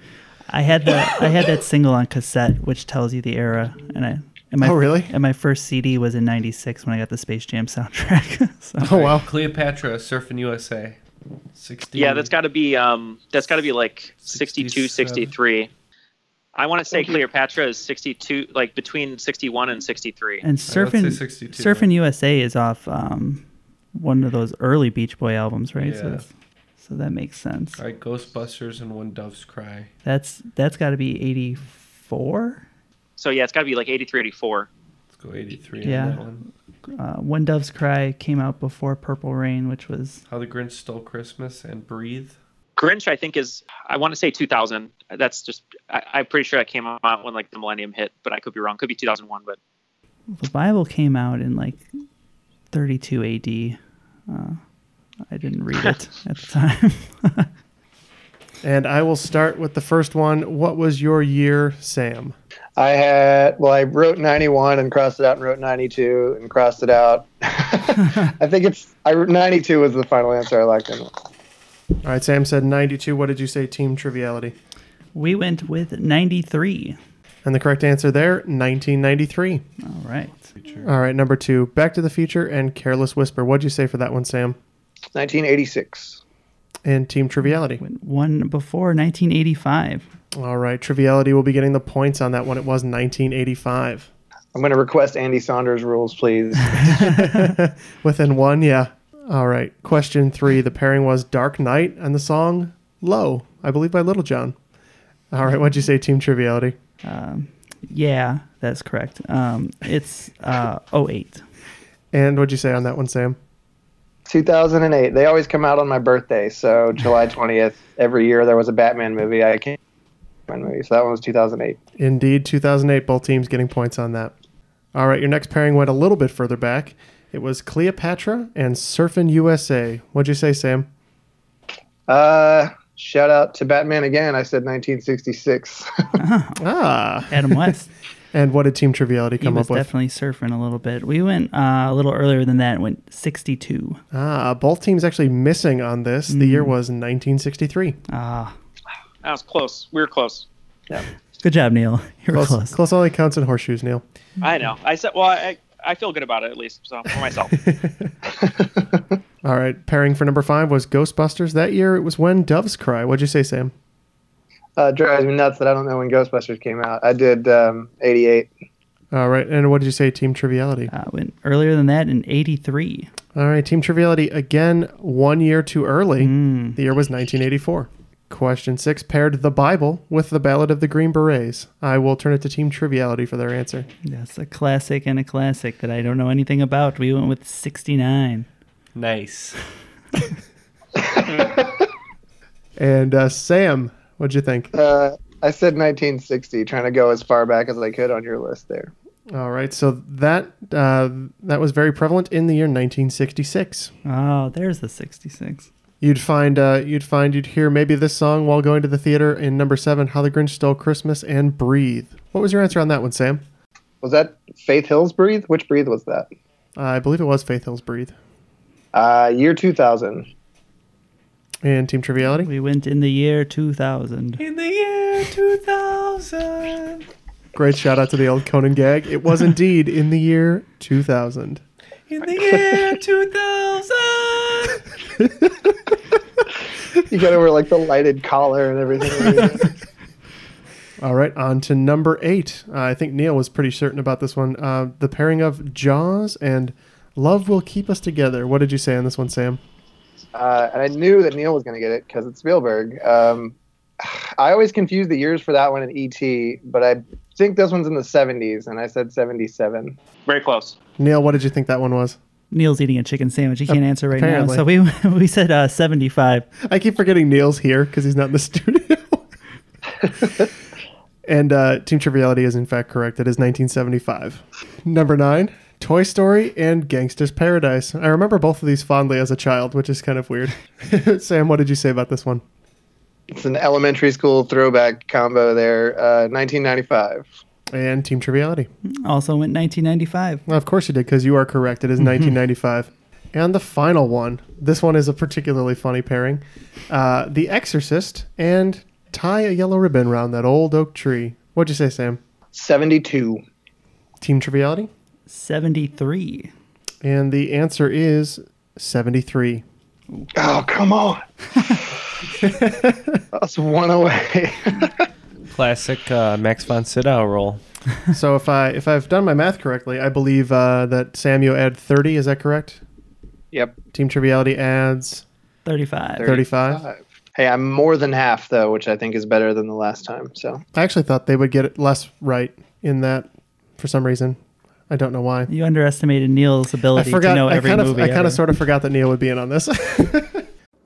[SPEAKER 5] I had that I had that single on cassette, which tells you the era, and I. And my,
[SPEAKER 4] Oh, really?
[SPEAKER 5] And my first CD was in '96 when I got the Space Jam soundtrack. so.
[SPEAKER 4] Oh, wow.
[SPEAKER 7] Cleopatra, Surfing USA. 60.
[SPEAKER 2] Yeah, that's got to be um, that's got to be like 62,
[SPEAKER 7] 67.
[SPEAKER 2] 63. I want to say Cleopatra is 62, like between 61 and 63.
[SPEAKER 5] And
[SPEAKER 7] All right,
[SPEAKER 5] surfing,
[SPEAKER 7] let's say 62
[SPEAKER 5] surfing USA is off um, one of those early Beach Boy albums, right?
[SPEAKER 7] Yeah.
[SPEAKER 5] that's So that makes sense.
[SPEAKER 2] All right, Ghostbusters and When Doves Cry.
[SPEAKER 5] That's that's got to be 84.
[SPEAKER 8] So yeah, it's got to be like 83, 84.
[SPEAKER 2] Let's go 83 on that
[SPEAKER 5] yeah.
[SPEAKER 2] one.
[SPEAKER 5] Uh, when Doves Cry came out before Purple Rain, which was
[SPEAKER 2] How the Grinch Stole Christmas and Breathe.
[SPEAKER 8] Grinch, I think is I want to say 2000. That's just I, I'm pretty sure that came out when like the millennium hit, but I could be wrong. Could be 2001, but
[SPEAKER 5] the Bible came out in like 32 AD. Uh, I didn't read it at the time.
[SPEAKER 4] And I will start with the first one. What was your year, Sam?
[SPEAKER 7] I had well, I wrote 91 and crossed it out, and wrote 92 and crossed it out. I think it's I 92 was the final answer I liked. In it.
[SPEAKER 4] All right, Sam said 92. What did you say, Team Triviality?
[SPEAKER 5] we went with 93.
[SPEAKER 4] And the correct answer there, 1993.
[SPEAKER 5] All right.
[SPEAKER 4] All right, number two, Back to the Future and Careless Whisper. What'd you say for that one, Sam?
[SPEAKER 7] 1986.
[SPEAKER 4] And Team Triviality.
[SPEAKER 5] One before 1985.
[SPEAKER 4] All right, Triviality will be getting the points on that one. It was 1985.
[SPEAKER 7] I'm going to request Andy Saunders rules, please.
[SPEAKER 4] Within one, yeah. All right, question three. The pairing was Dark Knight and the song Low, I believe by Little John. All right, what'd you say, Team Triviality?
[SPEAKER 5] Um, yeah, that's correct. Um, it's uh, 08.
[SPEAKER 4] And what'd you say on that one, Sam?
[SPEAKER 7] 2008. They always come out on my birthday, so July 20th every year there was a Batman movie. I can't Batman movie, so that one was 2008.
[SPEAKER 4] Indeed, 2008, both teams getting points on that. All right, your next pairing went a little bit further back. It was Cleopatra and Surfin' USA. What'd you say, Sam?
[SPEAKER 7] Uh, shout out to Batman again. I said 1966.
[SPEAKER 4] Ah.
[SPEAKER 5] Adam West.
[SPEAKER 4] And what did Team Triviality
[SPEAKER 5] he
[SPEAKER 4] come
[SPEAKER 5] was
[SPEAKER 4] up with?
[SPEAKER 5] definitely surfing a little bit. We went uh, a little earlier than that. Went 62.
[SPEAKER 4] ah, both teams actually missing on this. The
[SPEAKER 5] Mm-hmm.
[SPEAKER 4] year was 1963.
[SPEAKER 5] Ah,
[SPEAKER 8] that was close. We were close.
[SPEAKER 5] good job, Neil. You were
[SPEAKER 4] Close,
[SPEAKER 5] close.
[SPEAKER 4] close only counts in horseshoes, Neil.
[SPEAKER 8] I know. I said. Well, I I feel good about it at least. So for myself.
[SPEAKER 4] All right, pairing for number five was Ghostbusters. That year it was When Doves Cry. What'd you say, Sam?
[SPEAKER 7] uh, drives me nuts that I don't know when Ghostbusters came out. I did um, 88.
[SPEAKER 4] All right, and what did you say, Team Triviality?
[SPEAKER 5] Uh, went earlier than that in 83.
[SPEAKER 4] All right, Team Triviality again, one year too early. The year was 1984. Question six paired the Bible with the Ballad of the Green Berets. I will turn it to Team Triviality for their answer.
[SPEAKER 5] That's a classic and a classic that I don't know anything about. We went with 69.
[SPEAKER 2] Nice.
[SPEAKER 4] And uh, Sam, what'd you think?
[SPEAKER 7] Uh, I said 1960, trying to go as far back as I could on your list there.
[SPEAKER 4] All right, so that uh, that was very prevalent in the year 1966.
[SPEAKER 5] Oh, there's the 66.
[SPEAKER 4] You'd find uh, you'd find you'd hear maybe this song while going to the theater in number seven, "How the Grinch Stole Christmas" and "Breathe." What was your answer on that one, Sam?
[SPEAKER 7] Was that Faith Hill's Breathe? Which Breathe was that?
[SPEAKER 4] Uh, I believe it was Faith Hill's "Breathe."
[SPEAKER 7] Uh, year 2000.
[SPEAKER 4] And Team Triviality.
[SPEAKER 5] We went in the year 2000.
[SPEAKER 2] In the year 2000.
[SPEAKER 4] Great shout out to the old Conan gag. It was indeed in the year 2000.
[SPEAKER 2] In the year 2000.
[SPEAKER 7] You got to wear like the lighted collar and everything.
[SPEAKER 4] All right, on to number eight. Uh, I think Neil was pretty certain about this one. Uh, the pairing of Jaws and Love Will Keep Us Together. What did you say on this one, Sam?
[SPEAKER 7] uh, and I knew that Neil was going to get it because it's Spielberg. Um, I always confuse the years for that one and ET, but I think this one's in the 70s, and I said 77.
[SPEAKER 8] Very close.
[SPEAKER 4] Neil, what did you think that one was?
[SPEAKER 5] Neil's eating a chicken sandwich. He can't answer right
[SPEAKER 4] Apparently.
[SPEAKER 5] now. So we we said uh, 75.
[SPEAKER 4] I keep forgetting Neil's here because he's not in the studio. and uh, Team Triviality is, in fact, correct. It is 1975. Number nine, Toy Story and Gangster's Paradise. I remember both of these fondly as a child, which is kind of weird. Sam, what did you say about this one?
[SPEAKER 7] It's an elementary school throwback combo there. Uh, 1995.
[SPEAKER 4] And Team Triviality.
[SPEAKER 5] Also went 1995.
[SPEAKER 4] Of course you did, because you are correct. It is 1995. And the final one. This one is a particularly funny pairing. Uh, the Exorcist and tie a yellow ribbon round that old oak tree. What'd you say, Sam?
[SPEAKER 7] 72.
[SPEAKER 4] Team Triviality?
[SPEAKER 5] 73.
[SPEAKER 4] And the answer is 73.
[SPEAKER 7] Oh, come on. That's one away.
[SPEAKER 2] Classic uh, Max von Sydow roll.
[SPEAKER 4] so if I if I've done my math correctly, I believe uh, that Samuel add 30. Is that correct?
[SPEAKER 7] yep.
[SPEAKER 4] Team Triviality adds
[SPEAKER 9] 35.
[SPEAKER 3] 35.
[SPEAKER 4] Hey, I'm more than half though, which I think is better than the last time. So
[SPEAKER 3] I actually thought they would get it less right in that for some reason. I don't know why.
[SPEAKER 9] You underestimated Neil's
[SPEAKER 3] I
[SPEAKER 9] ability
[SPEAKER 3] forgot.
[SPEAKER 9] to know
[SPEAKER 3] I
[SPEAKER 9] every
[SPEAKER 3] kind of,
[SPEAKER 9] movie.
[SPEAKER 3] I kind
[SPEAKER 9] ever.
[SPEAKER 3] of sort of forgot that Neil would be in on this.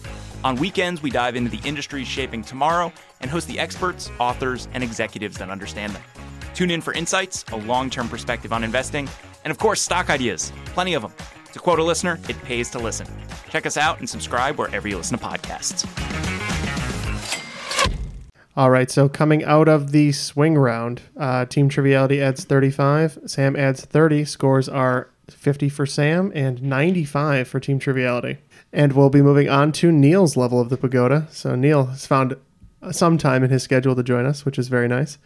[SPEAKER 5] On weekends, we dive into the industries shaping tomorrow and host the experts, authors, and executives that understand them. Tune in for insights, a long term perspective on investing, and of course, stock ideas. Plenty of them. To quote a listener, it pays to listen. Check us out and subscribe wherever you listen to podcasts.
[SPEAKER 3] All right, so coming out of the swing round, uh, Team Triviality adds 35, Sam adds 30. Scores are 50 for Sam and 95 for Team Triviality. And we'll be moving on to Neil's level of the pagoda. So Neil has found some time in his schedule to join us, which is very nice.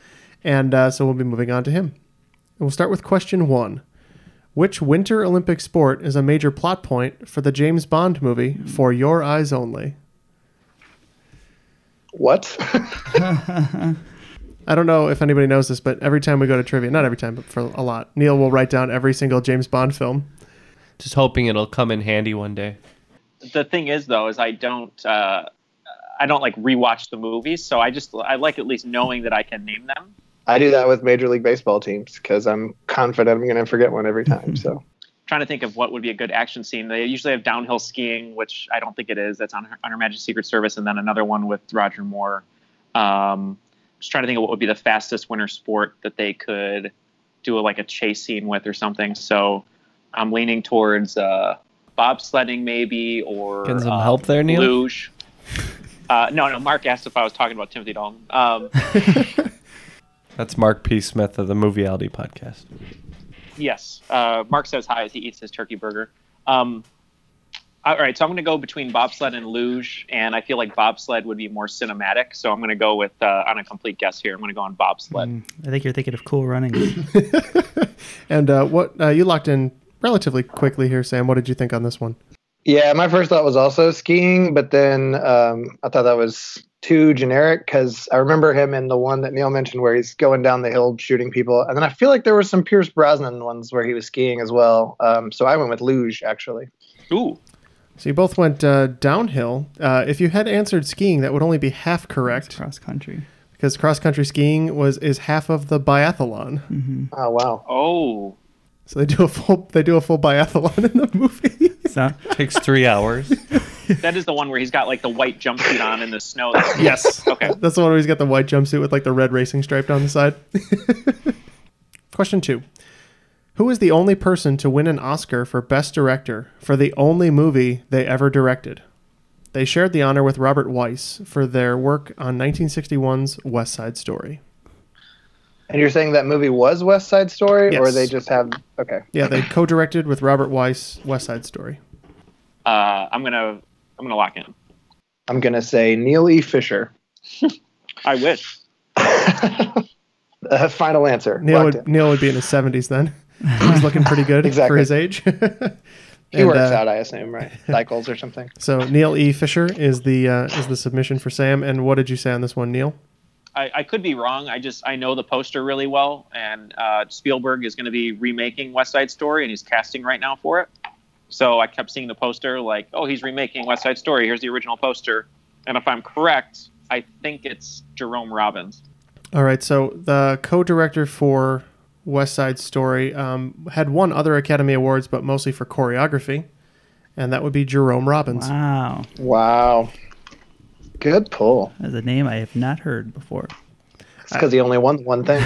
[SPEAKER 3] And uh, so we'll be moving on to him. And we'll start with question one Which Winter Olympic sport is a major plot point for the James Bond movie For Your Eyes Only?
[SPEAKER 4] What?
[SPEAKER 3] I don't know if anybody knows this, but every time we go to trivia, not every time, but for a lot, Neil will write down every single James Bond film.
[SPEAKER 10] Just hoping it'll come in handy one day.
[SPEAKER 7] the thing is though is i don't uh, i don't like rewatch the movies so i just i like at least knowing that i can name them
[SPEAKER 4] I do that with Major League Baseball teams because I'm confident I'm going to forget one every time. So
[SPEAKER 7] trying to think of what would be a good action scene they usually have downhill skiing which i don't think it is that's on her, on her magic secret service and then another one with roger moore um, just trying to think of what would be the fastest winter sport that they could do a, like a chase scene with or something so i'm leaning towards uh, bobsledding maybe or
[SPEAKER 10] Getting some
[SPEAKER 7] uh,
[SPEAKER 10] help there, Neil?
[SPEAKER 7] luge uh, no no mark asked if i was talking about timothy dalton um,
[SPEAKER 10] That's Mark P. Smith of the Movieality podcast.
[SPEAKER 7] Yes. Uh, Mark says hi as he eats his turkey burger. Um, all right, so I'm going to go between bobsled and luge, and I feel like bobsled would be more cinematic. So I'm going to go with uh, on a complete guess here. I'm going to go on bobsled.
[SPEAKER 9] I think you're thinking of Cool Running.
[SPEAKER 3] And uh, what uh, you locked in relatively quickly here, Sam. What did you think on this one?
[SPEAKER 4] yeah, my first thought was also skiing, but then um, I thought that was too generic because I remember him in the one that Neil mentioned where he's going down the hill shooting people, and then I feel like there were some Pierce Brosnan ones where he was skiing as well. Um, so I went with luge actually.
[SPEAKER 10] Mm.
[SPEAKER 7] Ooh.
[SPEAKER 3] So you both went uh, downhill. Uh, if you had answered skiing, that would only be half correct.
[SPEAKER 9] Cross country.
[SPEAKER 3] Because cross country skiing was is half of the biathlon.
[SPEAKER 4] Oh wow.
[SPEAKER 7] Oh.
[SPEAKER 3] So they do a full they do a full biathlon in the movie.
[SPEAKER 9] So
[SPEAKER 10] takes three hours.
[SPEAKER 7] that is the one where he's got like the white jumpsuit on in the snow.
[SPEAKER 3] Yes.
[SPEAKER 7] okay.
[SPEAKER 3] That's the one where he's got the white jumpsuit with like the red racing stripe down the side. Question two Who is the only person to win an Oscar for Best Director for the only movie they ever directed? They shared the honor with Robert Weiss for their work on 1961's West Side Story.
[SPEAKER 4] And you're saying that movie was West Side Story, or
[SPEAKER 3] Yes.
[SPEAKER 4] they just have okay.
[SPEAKER 3] Yeah, they co directed with Robert Weiss West Side Story.
[SPEAKER 7] Uh, I'm going to I'm going to lock in.
[SPEAKER 4] I'm gonna say Neil E. Fisher.
[SPEAKER 7] I wish.
[SPEAKER 4] Uh, final answer.
[SPEAKER 3] Neil
[SPEAKER 4] Locked
[SPEAKER 3] would, Neil would be in his 70s then. He's looking pretty good for
[SPEAKER 4] Exactly.
[SPEAKER 3] his age.
[SPEAKER 4] He
[SPEAKER 3] And,
[SPEAKER 4] works
[SPEAKER 3] uh,
[SPEAKER 4] out, I assume, right? Cycles or something.
[SPEAKER 3] So Neil E. Fisher is the uh, is the submission for Sam. And what did you say on this one, Neil?
[SPEAKER 7] I, I could be wrong. I just I know the poster really well, and uh, Spielberg is going to be remaking West Side Story, and he's casting right now for it.
[SPEAKER 5] So I kept seeing the poster, like, oh, he's remaking West Side Story. Here's the original poster. And if I'm correct, I think it's Jerome Robbins.
[SPEAKER 3] All right. So the co-director for West Side Story um, had won other Academy Awards, but mostly for choreography, and that would be Jerome Robbins.
[SPEAKER 11] Wow.
[SPEAKER 4] Wow. Good pull.
[SPEAKER 11] That's Oh, a name I have not heard before.
[SPEAKER 4] It's because he only won one thing.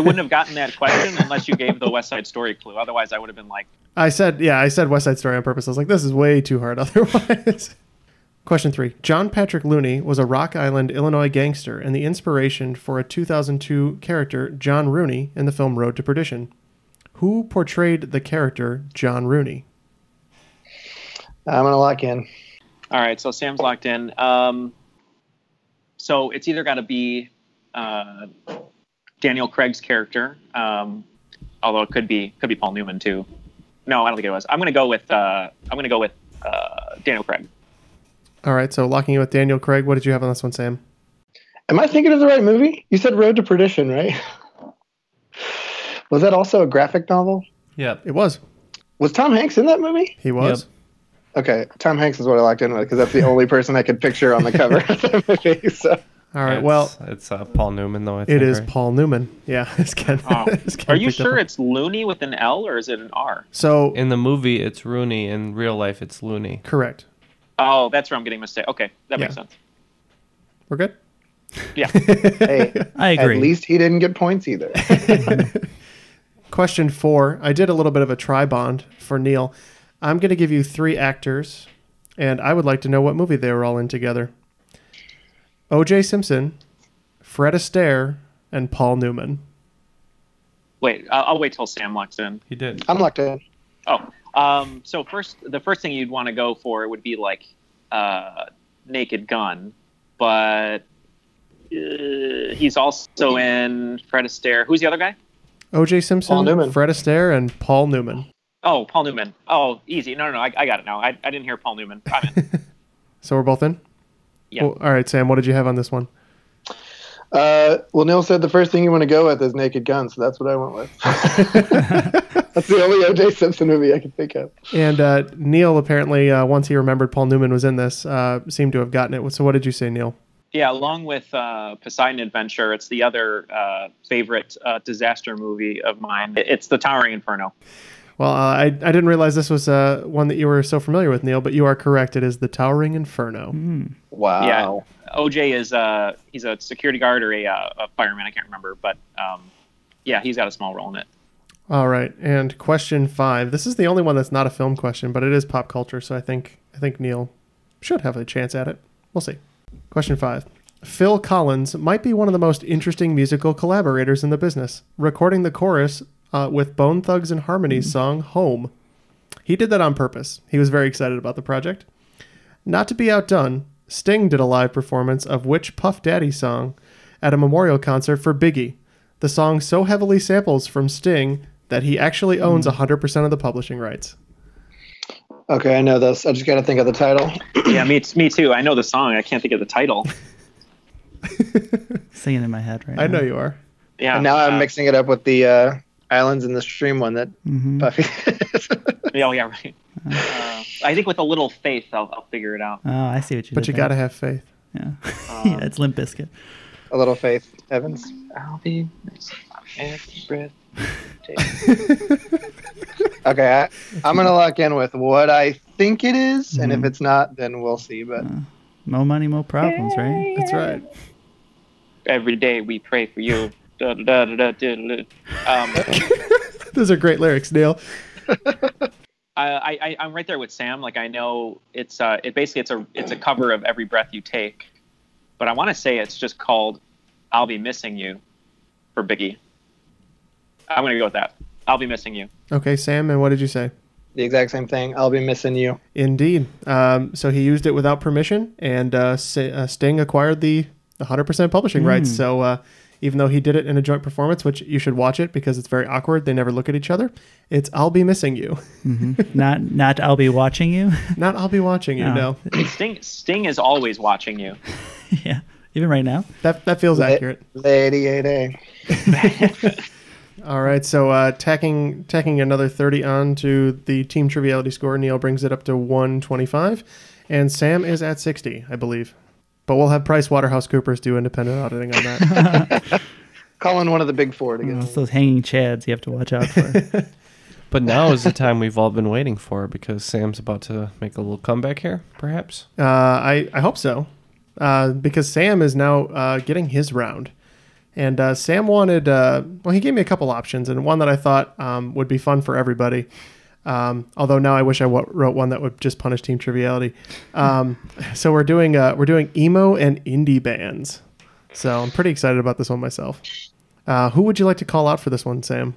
[SPEAKER 5] wouldn't have gotten that question unless you gave the West Side Story clue. Otherwise, I would have been like,
[SPEAKER 3] I said, yeah, I said West Side Story on purpose. I was like, this is way too hard otherwise. Question three John Patrick Looney was a Rock Island, Illinois gangster and the inspiration for a 2002 character, John Rooney, in the film Road to Perdition. Who portrayed the character, John Rooney?
[SPEAKER 4] I'm gonna lock in.
[SPEAKER 5] all right, so Sam's locked in. Um, so it's either got to be uh, Daniel Craig's character, um, although it could be could be Paul Newman too. No, I don't think it was. I'm gonna go with uh, I'm gonna go with uh, Daniel Craig.
[SPEAKER 3] All right, so locking in with Daniel Craig. What did you have on this one, Sam?
[SPEAKER 4] Am I thinking of the right movie? You said Road to Perdition, right? was that also a graphic novel?
[SPEAKER 7] Yeah,
[SPEAKER 3] it was.
[SPEAKER 4] Was Tom Hanks in that movie?
[SPEAKER 3] He was.
[SPEAKER 4] Okay, Tom Hanks is what I locked in with because that's the only person I could picture on the cover of that movie. So.
[SPEAKER 3] All right,
[SPEAKER 7] It's-
[SPEAKER 3] well,
[SPEAKER 7] it's uh, Paul Newman though. I think,
[SPEAKER 3] It is
[SPEAKER 7] right?
[SPEAKER 3] Paul Newman. Yeah, it's Ken. it's Ken
[SPEAKER 5] Oh, Are you
[SPEAKER 3] picked up
[SPEAKER 5] sure
[SPEAKER 3] on-
[SPEAKER 5] it's Looney with an L or is it an R?
[SPEAKER 3] So
[SPEAKER 7] in the movie, it's Rooney. In real life, it's Looney.
[SPEAKER 3] Correct.
[SPEAKER 5] Oh, that's where I'm getting mistake. Okay, that makes
[SPEAKER 3] Yeah.
[SPEAKER 5] sense.
[SPEAKER 3] We're good.
[SPEAKER 5] Yeah.
[SPEAKER 4] Hey,
[SPEAKER 11] I
[SPEAKER 4] agree. At least he didn't get points either.
[SPEAKER 3] Question four. I did a little bit of a tri bond for Neil. I'm going to give you three actors, and I would like to know what movie they were all in together OJ Simpson, Fred Astaire, and Paul Newman.
[SPEAKER 5] Wait, uh, I'll, I'll wait till Sam locks in.
[SPEAKER 7] He did.
[SPEAKER 4] I'm locked in.
[SPEAKER 5] Oh, um, so first, the first thing you'd want to go for would be like uh, Naked Gun, but uh, he's also in Fred Astaire. Who's the other guy?
[SPEAKER 3] OJ Simpson,
[SPEAKER 5] Paul Newman.
[SPEAKER 3] Fred Astaire, and Paul Newman.
[SPEAKER 5] Oh, Paul Newman. Oh, easy. No, no, no. I, I got it now. I, I didn't hear Paul Newman. I'm in.
[SPEAKER 3] So we're both in?
[SPEAKER 5] Yeah.
[SPEAKER 3] Well, all right, Sam, what did you have on this one?
[SPEAKER 4] Uh, well, Neil said the first thing you want to go with is Naked Gun, so that's what I went with. that's the only O.J. Simpson movie I can think of.
[SPEAKER 3] And uh, Neil, apparently, uh, once he remembered Paul Newman was in this, uh, seemed to have gotten it. So what did you say, Neil?
[SPEAKER 5] Yeah, along with uh, Poseidon Adventure, it's the other uh, favorite uh, disaster movie of mine. It- It's The Towering Inferno.
[SPEAKER 3] Well, uh, I, I didn't realize this was uh, one that you were so familiar with, Neil, but you are correct. It is The Towering Inferno.
[SPEAKER 4] Wow.
[SPEAKER 5] Yeah, OJ is uh, he's a security guard or a, uh, a fireman. I can't remember, but um, yeah, he's got a small role in it.
[SPEAKER 3] All right. And question five. This is the only one that's not a film question, but it is pop culture. So I think I think Neil should have a chance at it. We'll see. Question five. Phil Collins might be one of the most interesting musical collaborators in the business, recording the chorus uh, with Bone Thugs and Harmony's song Home. He did that on purpose. He was very excited about the project. Not to be outdone, Sting did a live performance of which Puff Daddy song at a memorial concert for Biggie. The song so heavily samples from Sting that he actually owns
[SPEAKER 4] Hmm.
[SPEAKER 3] 100% of the publishing rights.
[SPEAKER 4] Okay, I know this. I just got to think of the title.
[SPEAKER 5] yeah, me, me too. I know the song. I can't think of the title.
[SPEAKER 11] Singing in my head right
[SPEAKER 3] I
[SPEAKER 11] now.
[SPEAKER 3] know you are.
[SPEAKER 5] Yeah.
[SPEAKER 4] And now I'm mixing it up with the uh, Islands in the Stream one that Buffy.
[SPEAKER 5] Yeah, oh yeah, right. Uh, I think with a little faith, I'll, I'll figure it out.
[SPEAKER 11] Oh, I see what you
[SPEAKER 3] But
[SPEAKER 11] did
[SPEAKER 3] you
[SPEAKER 11] there.
[SPEAKER 3] got to have faith.
[SPEAKER 11] Yeah. yeah, it's Limp Biscuit.
[SPEAKER 4] a little faith, Evans.
[SPEAKER 5] I'll be every breath.
[SPEAKER 4] Okay, I, I'm gonna lock in with what I think it is, and if it's not, then we'll see. But
[SPEAKER 5] Uh.
[SPEAKER 11] Mo money, mo problems, right?
[SPEAKER 3] That's right.
[SPEAKER 5] Every day we pray for you. Da, da, da, da, da, da. Um,
[SPEAKER 3] Those are great lyrics, Neil.
[SPEAKER 5] I, I, I- I'm right there with Sam. Like I know it's uh, it basically it's a it's a cover of Every Breath You Take, but I want to say it's just called "I'll Be Missing You" for Biggie. I'm gonna go with that. I'll be missing you.
[SPEAKER 3] Okay, Sam, and what did you say?
[SPEAKER 4] the exact same thing. I'll be missing you.
[SPEAKER 3] Indeed. Um, so he used it without permission, and uh, S- uh, Sting acquired the 100% publishing rights.
[SPEAKER 4] Hmm.
[SPEAKER 11] Mm.
[SPEAKER 3] So uh, even though he did it in a joint performance, which you should watch it because it's very awkward, they never look at each other. It's "I'll be missing you,"
[SPEAKER 11] Mhm. not, not I'll be watching you.
[SPEAKER 3] not "I'll be watching you."
[SPEAKER 11] No.
[SPEAKER 3] No,
[SPEAKER 5] Sting Sting is always watching you.
[SPEAKER 11] Even right now.
[SPEAKER 3] that that feels accurate.
[SPEAKER 4] Lady A Day.
[SPEAKER 3] All right, so uh, tacking tacking another thirty on to the team triviality score, Neil brings it up to one twenty five, and Sam is at sixty, I believe. But we'll have Price Waterhouse Coopers do independent auditing on that.
[SPEAKER 4] Calling one of the big four to get.
[SPEAKER 5] It's those hanging chads you have to watch out for.
[SPEAKER 7] But now is the time we've all been waiting for because Sam's about to make a little comeback here, perhaps.
[SPEAKER 3] Uh, I I hope so, uh, because Sam is now uh, getting his round, and uh, Sam wanted. Uh, well, he gave me a couple options, and one that I thought um, would be fun for everybody. Um, although now I wish I w- wrote one that would just punish team triviality. Um, so we're doing uh, we're doing emo and indie bands. So I'm pretty excited about this one myself. Uh, who would you like to call out for this one, Sam?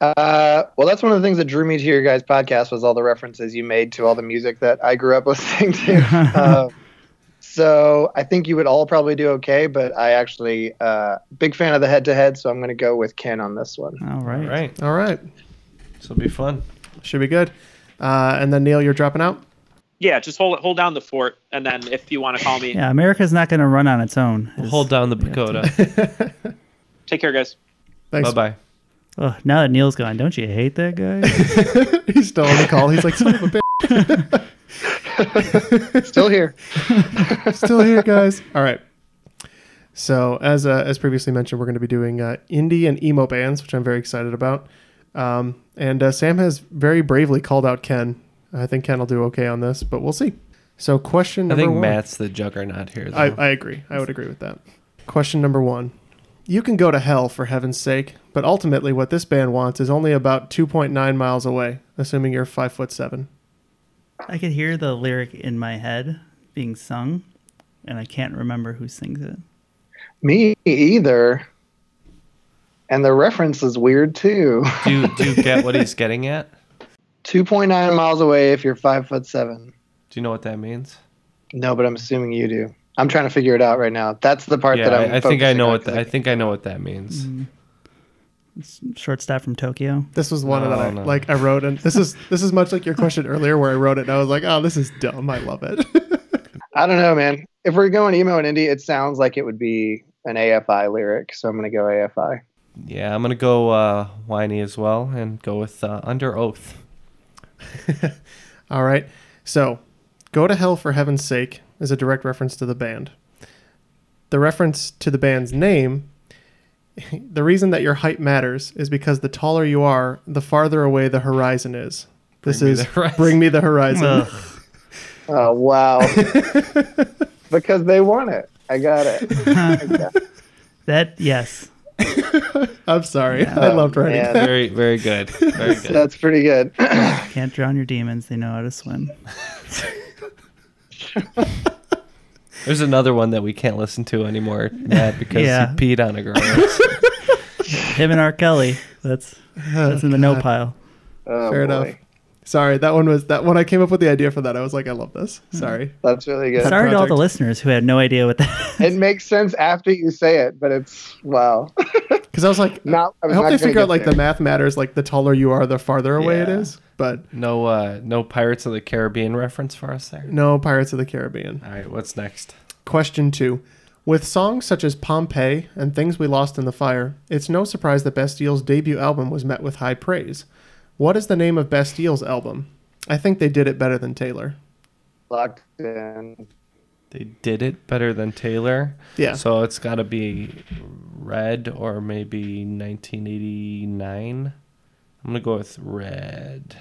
[SPEAKER 4] Uh, well, that's one of the things that drew me to your guys' podcast was all the references you made to all the music that I grew up listening to. uh, so I think you would all probably do okay, but I actually uh, big fan of the head-to-head, so I'm going to go with Ken on this one.
[SPEAKER 5] All right.
[SPEAKER 7] All right.
[SPEAKER 3] All right.
[SPEAKER 7] This will be fun.
[SPEAKER 3] Should be good. Uh, and then Neil, you're dropping out.
[SPEAKER 12] Yeah, just hold hold down the fort, and then if you want to call me,
[SPEAKER 5] Yeah, America's not going to run on its own. hold
[SPEAKER 7] down the pagoda.
[SPEAKER 12] take care, guys.
[SPEAKER 3] Thanks.
[SPEAKER 7] Bye
[SPEAKER 5] Oh, now that Neil's gone, don't you hate that guy?
[SPEAKER 3] He's still on the call. He's like, son of a bitch.
[SPEAKER 4] Still here.
[SPEAKER 3] still here, guys. All right. So as uh, as previously mentioned, we're going to be doing uh, indie and emo bands, which I'm very excited about. Um, and uh, Sam has very bravely called out Ken. I think Ken will do okay on this, but we'll see. So question
[SPEAKER 7] I
[SPEAKER 3] number
[SPEAKER 7] think
[SPEAKER 3] one.
[SPEAKER 7] Matt's the juggernaut here. Though.
[SPEAKER 3] I, I agree. I would agree with that. Question number one. You can go to hell for heaven's sake, but ultimately what this band wants is only about 2.9 miles away, assuming you're five foot seven.
[SPEAKER 5] I could hear the lyric in my head being sung, and I can't remember who sings it.
[SPEAKER 4] Me either. And the reference is weird too.
[SPEAKER 7] do, you, do you get what he's getting at?
[SPEAKER 4] 2.9 miles away if you're five foot seven.
[SPEAKER 7] Do you know what that means?
[SPEAKER 4] No, but I'm assuming you do. I'm trying to figure it out right now. That's the part
[SPEAKER 7] yeah,
[SPEAKER 4] that I'm.
[SPEAKER 7] I, I think I
[SPEAKER 4] focusing
[SPEAKER 7] know
[SPEAKER 4] on
[SPEAKER 7] what that, I think I know what that means.
[SPEAKER 5] It's shortstop from Tokyo.
[SPEAKER 3] This was one that I
[SPEAKER 7] No, no.
[SPEAKER 3] like. I wrote, and this is this is much like your question earlier, where I wrote it, and I was like, "Oh, this is dumb. I love it."
[SPEAKER 4] I don't know, man. If we're going emo and indie, it sounds like it would be an AFI lyric, so I'm gonna go AFI.
[SPEAKER 7] Yeah, I'm gonna go uh, whiny as well and go with uh, Under Oath.
[SPEAKER 3] All right, so "Go to Hell for Heaven's Sake" is a direct reference to the band. The reference to the band's name. The reason that your height matters is because the taller you are, the farther away the horizon is. This
[SPEAKER 7] Bring me
[SPEAKER 3] is
[SPEAKER 7] the horizon.
[SPEAKER 3] bring me the horizon.
[SPEAKER 7] Ugh.
[SPEAKER 4] Oh wow! because they want it. I got it.
[SPEAKER 5] That yes.
[SPEAKER 3] I'm sorry, I loved writing.
[SPEAKER 4] man.
[SPEAKER 3] that.
[SPEAKER 7] Very, very good. Very good.
[SPEAKER 4] That's pretty good.
[SPEAKER 5] Can't drown your demons. They know how to swim.
[SPEAKER 7] There's another one that we can't listen to anymore, Matt, because
[SPEAKER 5] Yeah.
[SPEAKER 7] he peed on a girl.
[SPEAKER 5] Him and R. Kelly. That's that's in the no pile.
[SPEAKER 4] Oh,
[SPEAKER 3] Fair
[SPEAKER 4] boy.
[SPEAKER 3] enough. Sorry, that one was that when I came up with the idea for that, I was like, I love this.
[SPEAKER 7] Hmm.
[SPEAKER 3] Sorry.
[SPEAKER 4] That's really good.
[SPEAKER 5] Sorry to all the
[SPEAKER 3] project.
[SPEAKER 5] listeners who had no idea what that.
[SPEAKER 4] It makes sense after you say it, but it's wow.
[SPEAKER 3] Because I was like,
[SPEAKER 4] Not.
[SPEAKER 3] I,
[SPEAKER 4] was
[SPEAKER 3] hope
[SPEAKER 4] not
[SPEAKER 3] they
[SPEAKER 4] gonna
[SPEAKER 3] figure out
[SPEAKER 4] get
[SPEAKER 3] like
[SPEAKER 4] there.
[SPEAKER 3] the math matters. Like the taller you are, the farther away it
[SPEAKER 7] Yeah.
[SPEAKER 3] is. But
[SPEAKER 7] No, uh, no Pirates of the Caribbean reference for us there.
[SPEAKER 3] no Pirates of the Caribbean.
[SPEAKER 7] All right, what's next?
[SPEAKER 3] Question two: With songs such as Pompeii and Things We Lost in the Fire, it's no surprise that Bastille's debut album was met with high praise. What is the name of Bastille's album? I think they did it better than Taylor.
[SPEAKER 4] locked in.
[SPEAKER 7] They did it better than Taylor.
[SPEAKER 3] Yeah.
[SPEAKER 7] So it's got to be Red or maybe 1989. I'm gonna go with Red.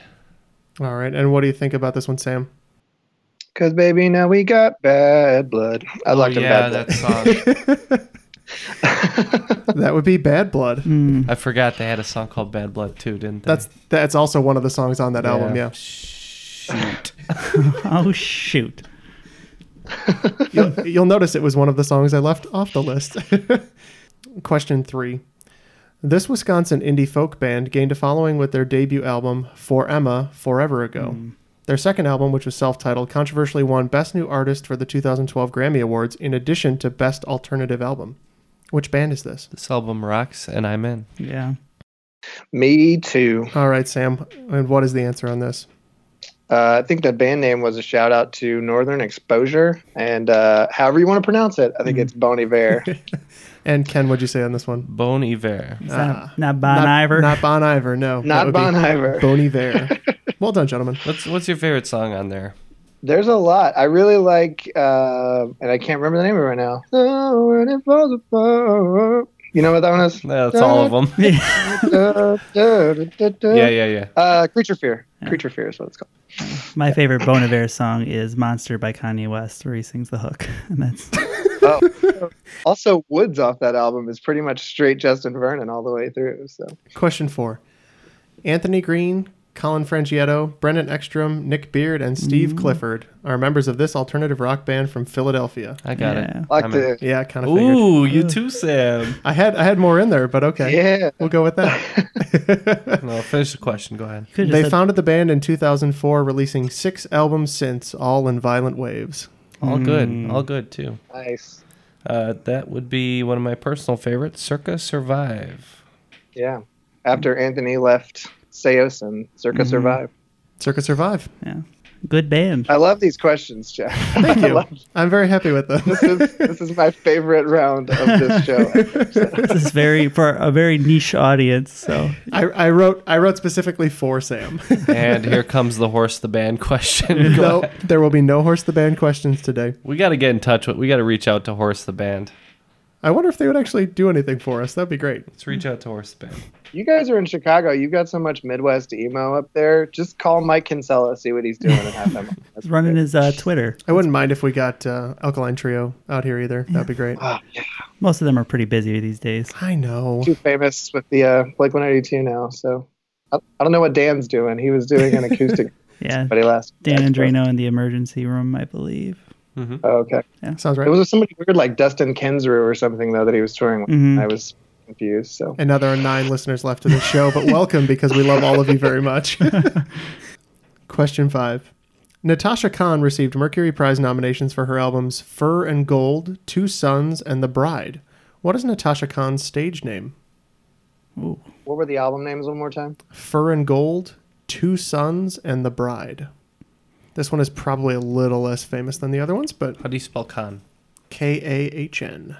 [SPEAKER 3] All right, and what do you think about this one, Sam?
[SPEAKER 4] Cause baby, now we got bad blood. I locked in
[SPEAKER 7] Oh, yeah,
[SPEAKER 4] bad blood.
[SPEAKER 7] that song.
[SPEAKER 3] That would be Bad Blood.
[SPEAKER 7] I forgot they had a song called Bad Blood too, didn't they?
[SPEAKER 3] That's that's also one of the songs on that album.
[SPEAKER 7] Yeah.
[SPEAKER 3] Yeah.
[SPEAKER 5] Oh shoot!
[SPEAKER 3] you'll, you'll notice it was one of the songs I left off the list. Question three. This Wisconsin indie folk band gained a following with their debut album, For Emma, forever ago.
[SPEAKER 5] Hmm.
[SPEAKER 3] Their second album, which was self titled, controversially won Best New Artist for the 2012 Grammy Awards in addition to Best Alternative Album. Which band is this?
[SPEAKER 7] This album rocks, and I'm in.
[SPEAKER 5] Yeah.
[SPEAKER 4] Me too.
[SPEAKER 3] All right, Sam. And what is the answer on this?
[SPEAKER 4] Uh, I think the band name was a shout out to Northern Exposure, and uh, however you want to pronounce it,
[SPEAKER 5] Mm.
[SPEAKER 4] I think it's Bon Iver.
[SPEAKER 3] And Ken, what'd you say on this one?
[SPEAKER 7] Bon Iver.
[SPEAKER 5] It's not- not Bon Iver.
[SPEAKER 3] Not Bon Iver, no.
[SPEAKER 4] Not Bon Iver.
[SPEAKER 3] Bon Iver. well done, gentlemen.
[SPEAKER 7] What's what's your favorite song on there?
[SPEAKER 4] There's a lot. I really like, uh, and I can't remember the name of it right now. Oh, when it falls apart. You know what that one is?
[SPEAKER 7] That's all of them.
[SPEAKER 4] yeah,
[SPEAKER 7] Yeah, yeah, yeah.
[SPEAKER 4] Uh, Creature Fear. Creature Fear is what it's called.
[SPEAKER 5] My favorite Bon Iver song is "Monster" by Kanye West, where he sings the hook, and that's
[SPEAKER 4] Oh. also, Woods off that album is pretty much straight Justin Vernon all the way through. So
[SPEAKER 3] Question four Anthony Green, Colin Frangietto, Brennan Ekstrom, Nick Beard, and Steve
[SPEAKER 4] Mm.
[SPEAKER 3] Clifford are members of this alternative rock band from Philadelphia.
[SPEAKER 7] I got it.
[SPEAKER 3] yeah.
[SPEAKER 7] Yeah. Like I'm in. the-
[SPEAKER 3] Yeah, kind of.
[SPEAKER 7] Ooh, you too, Sam.
[SPEAKER 3] I had I had more in there, but okay.
[SPEAKER 4] Yeah,
[SPEAKER 3] we'll go with that.
[SPEAKER 7] no, finish the question. Go ahead.
[SPEAKER 3] They founded the band in 2004, releasing six albums since, all in violent waves.
[SPEAKER 7] all good, all good too.
[SPEAKER 4] Nice.
[SPEAKER 7] Uh, that would be one of my personal favorites. Circa Survive.
[SPEAKER 4] yeah, after Anthony left Seos and Circa
[SPEAKER 7] Mhm.
[SPEAKER 4] Survive.
[SPEAKER 3] Circa Survive.
[SPEAKER 5] Yeah. Mm-hmm. Good band.
[SPEAKER 4] I love these questions, Jeff.
[SPEAKER 3] Thank you. I'm very happy with them.
[SPEAKER 4] this is this is my favorite round of this show.
[SPEAKER 5] this is very for a very niche audience. So
[SPEAKER 3] I, I wrote I wrote specifically for Sam.
[SPEAKER 7] And here comes the horse the band question. Go
[SPEAKER 3] no,
[SPEAKER 7] ahead.
[SPEAKER 3] there will be no horse the band questions today.
[SPEAKER 7] We got to get in touch with. We got to reach out to Horse the Band.
[SPEAKER 3] I wonder if they would actually do anything for us. That'd be great.
[SPEAKER 7] Let's reach out to Horse the Band.
[SPEAKER 4] You guys are in Chicago. You've got so much Midwest emo up there. Just call Mike Kinsella, see what he's doing, and have him.
[SPEAKER 5] He's running his uh, Twitter.
[SPEAKER 3] I wouldn't mind if we got uh, Alkaline Trio out here either. That'd be great.
[SPEAKER 5] Most of them are pretty busy these days.
[SPEAKER 3] I know.
[SPEAKER 4] Too famous with the uh, Blake 182 now, so I, I don't know what Dan's doing. He was doing an acoustic.
[SPEAKER 5] Yeah.
[SPEAKER 4] But he last.
[SPEAKER 5] Dan Andrino in the emergency room, I believe.
[SPEAKER 4] Oh, okay.
[SPEAKER 5] Yeah.
[SPEAKER 3] Sounds right.
[SPEAKER 4] It was somebody weird like Dustin Kensrew or something though that he was touring with.
[SPEAKER 5] Mhm.
[SPEAKER 4] I was confused. So
[SPEAKER 3] And now there are nine listeners left to the show, but welcome because we love all of you very much. Question five. Natasha Khan received Mercury Prize nominations for her albums Fur and Gold, Two Sons, and The Bride. What is Natasha Khan's stage name?
[SPEAKER 4] what were the album names one more time?
[SPEAKER 3] Fur and Gold, Two Sons, and The Bride. This one is probably a little less famous than the other ones, but
[SPEAKER 7] How do you spell Khan?
[SPEAKER 3] K A H N.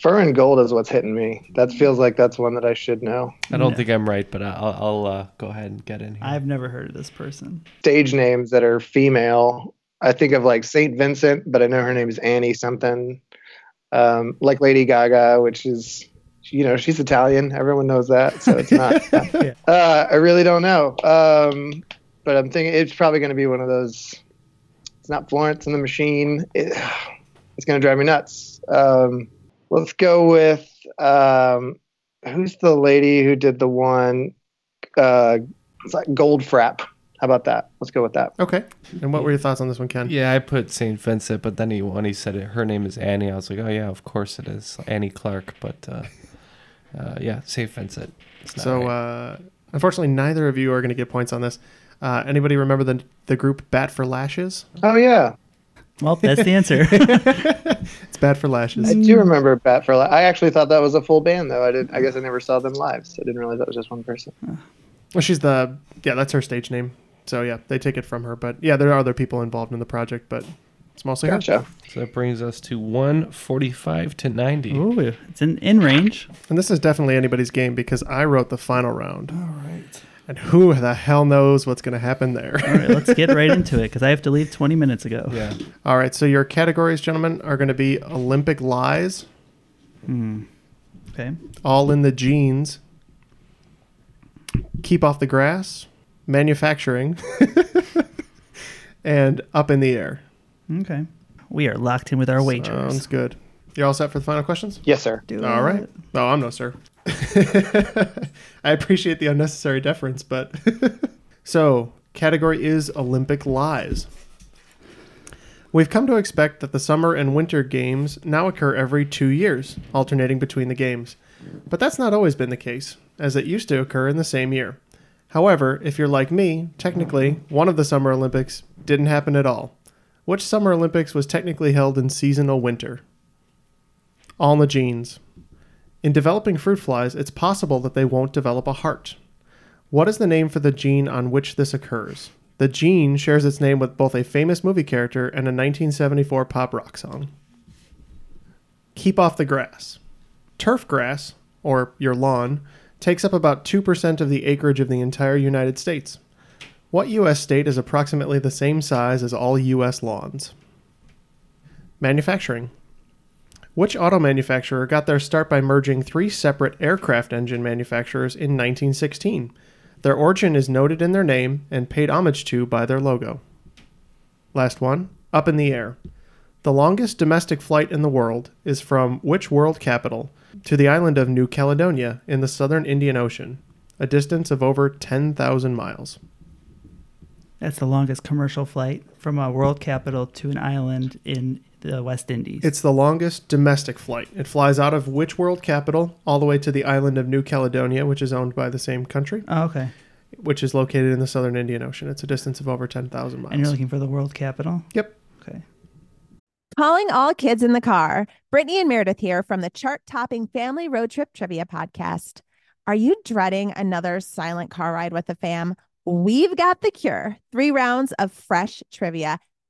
[SPEAKER 4] Fur and Gold is what's hitting me. That feels like that's one that I should know.
[SPEAKER 7] I don't think I'm right, but I- I'll, I'll uh, go ahead and get in here.
[SPEAKER 5] I've never heard of this person.
[SPEAKER 4] stage names that are female. I think of like Saint Vincent, but I know her name is Annie something. Um, like Lady Gaga, which is you know she's Italian. Everyone knows that, so it's not. uh, I really don't know, um, but I'm thinking it's probably going to be one of those. It's not Florence and the Machine. It- it's going to drive me nuts. Um, let's go with um, who's the lady who did the one? Uh, it's like Gold Frap. How about that? Let's go with that.
[SPEAKER 3] Okay. And what were your thoughts on this one, Ken?
[SPEAKER 7] Yeah, I put Saint Vincent, but then he when he said it, her name is Annie. I was like, oh yeah, of course it is Annie Clark. But uh, uh, yeah, Saint Vincent. It's not
[SPEAKER 3] So,
[SPEAKER 7] right.
[SPEAKER 3] uh, unfortunately, neither of you are going to get points on this. Uh, anybody remember the the group Bat for Lashes?
[SPEAKER 4] Oh yeah,
[SPEAKER 5] Well, that's the answer.
[SPEAKER 3] It's Bat for Lashes.
[SPEAKER 4] I do remember Bat for. Life. I actually thought that was a full band though. I didn't. I guess I never saw them live, so I didn't realize that was just one person.
[SPEAKER 3] Well, she's the yeah, that's her stage name. So yeah, they take it from her. But yeah, there are other people involved in the project, but it's mostly her.
[SPEAKER 4] Gotcha.
[SPEAKER 7] so that brings us to one forty-five to ninety.
[SPEAKER 5] Ooh, it's in, in range.
[SPEAKER 3] And this is definitely anybody's game because I wrote the final round. All right. And who the hell knows what's going to happen there?
[SPEAKER 5] All right, let's get right into it because I have to leave 20 minutes ago.
[SPEAKER 7] Yeah,
[SPEAKER 3] All right, so your categories, gentlemen, are going to be Olympic lies,
[SPEAKER 5] Okay.
[SPEAKER 3] all in the jeans, keep off the grass, manufacturing, and up in the air.
[SPEAKER 5] Okay. We are locked in with our wagers.
[SPEAKER 3] Sounds good. You're all set for the final questions?
[SPEAKER 4] Yes, sir.
[SPEAKER 5] Do
[SPEAKER 3] All
[SPEAKER 5] it.
[SPEAKER 3] right. No, I'm no sir. I appreciate the unnecessary deference, but so category is Olympic lies. We've come to expect that the summer and winter games now occur every two years, alternating between the games. But that's not always been the case, as it used to occur in the same year. However, if you're like me, technically, one of the Summer Olympics didn't happen at all. Which Summer Olympics was technically held in seasonal winter? All in the genes. In developing fruit flies, it's possible that they won't develop a heart. What is the name for the gene on which this occurs? the gene shares its name with both a famous movie character and a 1974 pop rock song. Keep off the grass. Turf grass, or your lawn, takes up about 2% of the acreage of the entire United States. What U.S. state is approximately the same size as all U.S. lawns? Manufacturing. Which auto manufacturer got their start by merging three separate aircraft engine manufacturers in 1916? Their origin is noted in their name and paid homage to by their logo. Last one Up in the Air. The longest domestic flight in the world is from which world capital to the island of New Caledonia in the southern Indian Ocean, a distance of over 10,000 miles?
[SPEAKER 5] That's the longest commercial flight from a world capital to an island in the West Indies.
[SPEAKER 3] It's the longest domestic flight. It flies out of which world capital all the way to the island of New Caledonia, which is owned by the same country.
[SPEAKER 5] Oh, okay.
[SPEAKER 3] Which is located in the southern Indian Ocean. It's a distance of over 10,000 miles.
[SPEAKER 5] And you're looking for the world capital?
[SPEAKER 3] Yep.
[SPEAKER 5] Okay.
[SPEAKER 13] Calling all kids in the car. Brittany and Meredith here from the chart topping Family Road Trip Trivia Podcast. Are you dreading another silent car ride with the fam? We've got the cure. Three rounds of fresh trivia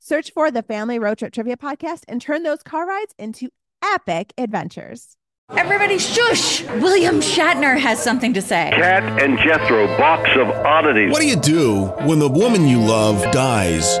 [SPEAKER 13] Search for the Family Road Trip Trivia Podcast and turn those car rides into epic adventures.
[SPEAKER 14] Everybody, shush! William Shatner has something to say.
[SPEAKER 15] Cat and Jethro, box of oddities.
[SPEAKER 16] What do you do when the woman you love dies?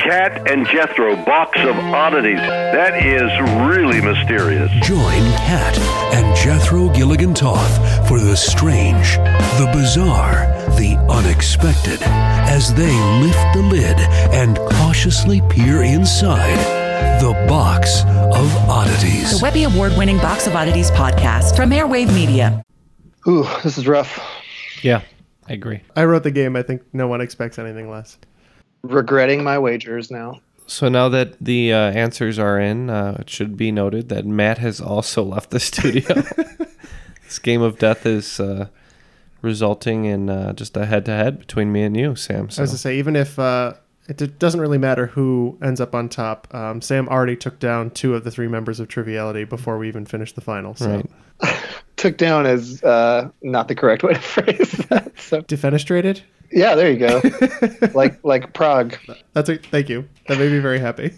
[SPEAKER 15] Cat and Jethro Box of Oddities. That is really mysterious.
[SPEAKER 17] Join Cat and Jethro Gilligan Toth for the strange, the bizarre, the unexpected as they lift the lid and cautiously peer inside the Box of Oddities.
[SPEAKER 14] The Webby Award winning Box of Oddities podcast from Airwave Media.
[SPEAKER 4] Ooh, this is rough.
[SPEAKER 7] Yeah, I agree.
[SPEAKER 3] I wrote the game. I think no one expects anything less.
[SPEAKER 4] Regretting my wagers now.
[SPEAKER 7] So now that the uh, answers are in, uh, it should be noted that Matt has also left the studio. this game of death is uh, resulting in uh, just a head-to-head between me and you, Sam.
[SPEAKER 3] As I was to say, even if uh, it d- doesn't really matter who ends up on top, um, Sam already took down two of the three members of Triviality before we even finished the final. So
[SPEAKER 7] Right.
[SPEAKER 4] Took down is uh, not the correct way to phrase that. So.
[SPEAKER 3] Defenestrated?
[SPEAKER 4] Yeah, there you go. like like Prague.
[SPEAKER 3] That's a, thank you. That made me very happy.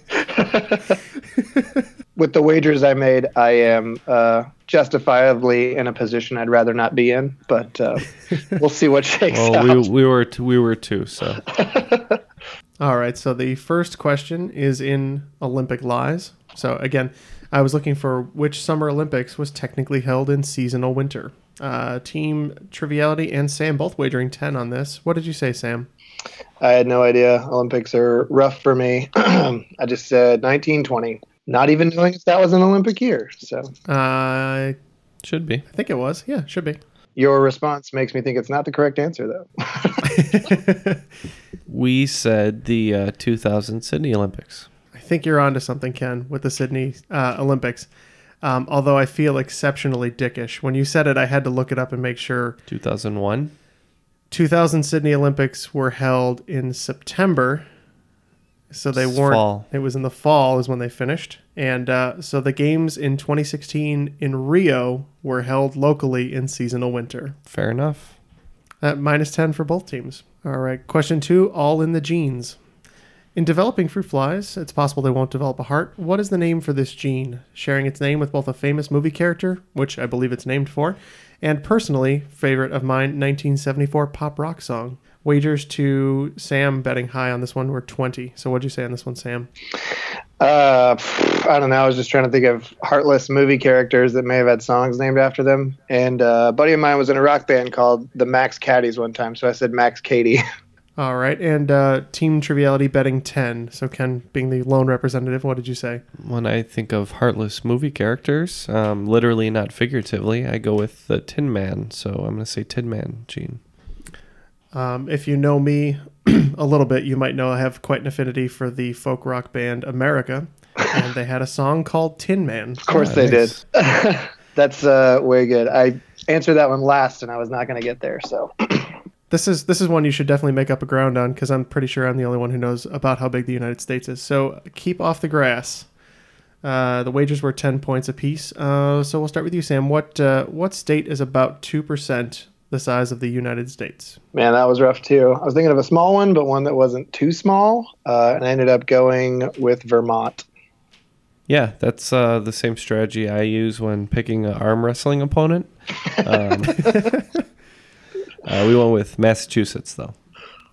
[SPEAKER 4] With the wagers I made, I am uh, justifiably in a position I'd rather not be in, but uh, we'll see what shakes out.
[SPEAKER 7] Well, we, we were t- we were two, so
[SPEAKER 3] All right, so the first question is in Olympic lies. So again, I was looking for which Summer Olympics was technically held in seasonal winter. Uh, team Triviality and Sam both wagering 10 on this. What did you say, Sam?
[SPEAKER 4] I had no idea. Olympics are rough for me. I just said 1920, not even knowing if that was an Olympic year. So
[SPEAKER 3] Uh,
[SPEAKER 7] should be.
[SPEAKER 3] I think it was. Yeah, should be.
[SPEAKER 4] your response makes me think it's not the correct answer, though.
[SPEAKER 7] we said the uh, 2000 Sydney Olympics.
[SPEAKER 3] I think you're onto something, Ken, with the Sydney uh, Olympics. Um, although I feel exceptionally dickish. When you said it, I had to look it up and make sure
[SPEAKER 7] 2001.
[SPEAKER 3] 2000 Sydney Olympics were held in September. So they weren't.
[SPEAKER 7] Fall.
[SPEAKER 3] It was in the fall is when they finished, and uh, so the games in 2016 in Rio were held locally in seasonal winter.
[SPEAKER 7] Fair enough.
[SPEAKER 3] At minus 10 for both teams. All right. Question two all in the genes. In developing fruit flies, it's possible they won't develop a heart. What is the name for this gene? Sharing its name with both a famous movie character, which I believe it's named for, and personally, favorite of mine, 1974 pop rock song. wagers to Sam betting high on this one were 20. So what'd you say on this one, Sam?
[SPEAKER 4] Uh, pff, I don't know. I was just trying to think of heartless movie characters that may have had songs named after them. And uh, a buddy of mine was in a rock band called the Max Caddies one time, so I said Max Caddy.
[SPEAKER 3] All right. And uh, team triviality betting 10. So Ken being the lone representative, what did you say?
[SPEAKER 7] When I think of heartless movie characters, um, literally not figuratively, I go with the Tin Man. So I'm going to say Tin Man, Gene.
[SPEAKER 3] Um, if you know me a little bit, you might know I have quite an affinity for the folk rock band America, and they had a song called Tin Man.
[SPEAKER 4] Of course they did. That's uh, way good. I answered that one last, and I was not going to get there. So
[SPEAKER 3] This is this is one you should definitely make up a ground on because I'm pretty sure I'm the only one who knows about how big the United States is. So keep off the grass. Uh, the wagers were ten points apiece. Uh, so we'll start with you, Sam. What uh, what state is about two percent the size of the United States?
[SPEAKER 4] Man, that was rough too. I was thinking of a small one, but one that wasn't too small, uh, and I ended up going with Vermont.
[SPEAKER 7] Yeah, that's uh, the same strategy I use when picking an arm wrestling opponent. Um, uh, we went with Massachusetts, though.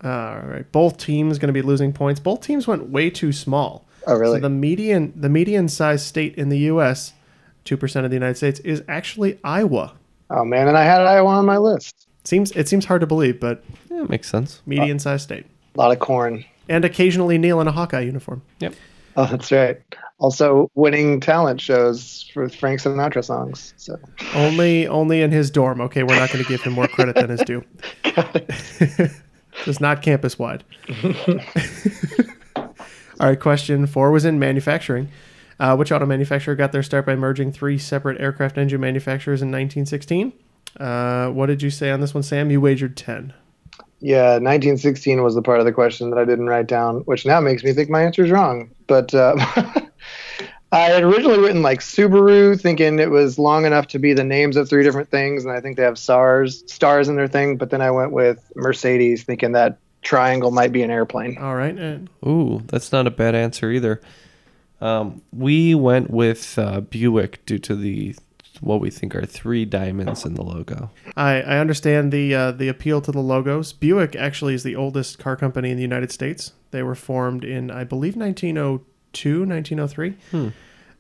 [SPEAKER 3] All right, both teams going to be losing points. Both teams went way too small.
[SPEAKER 4] Oh, really?
[SPEAKER 3] So the median the median size state in the U.S. two percent of the United States is actually Iowa.
[SPEAKER 4] Oh man, and I had Iowa on my list.
[SPEAKER 3] Seems it seems hard to believe, but
[SPEAKER 7] yeah, it makes sense.
[SPEAKER 4] Uh,
[SPEAKER 3] Median sized state.
[SPEAKER 4] A lot of corn.
[SPEAKER 3] And occasionally Neil in a Hawkeye uniform.
[SPEAKER 7] Yep.
[SPEAKER 4] Oh, that's right. Also, winning talent shows for Frank Sinatra songs. So
[SPEAKER 3] Only only in his dorm. Okay, we're not going to give him more credit than is due. It's not campus wide. All right, question four was in manufacturing. Uh, which auto manufacturer got their start by merging three separate aircraft engine manufacturers in 1916? Uh, what did you say on this one, Sam? You wagered 10.
[SPEAKER 4] yeah, 1916 was the part of the question that I didn't write down, which now makes me think my answer is wrong. But uh, I had originally written like Subaru, thinking it was long enough to be the names of three different things, and I think they have SARS stars in their thing. But then I went with Mercedes, thinking that triangle might be an airplane.
[SPEAKER 3] All right, uh,
[SPEAKER 7] Ooh, that's not a bad answer either. Um, we went with uh, Buick due to the what we think are three diamonds in the logo.
[SPEAKER 3] I, I understand the uh, the appeal to the logos. Buick actually is the oldest car company in the United States. They were formed in, I believe, 1902, 1903.
[SPEAKER 7] Hmm.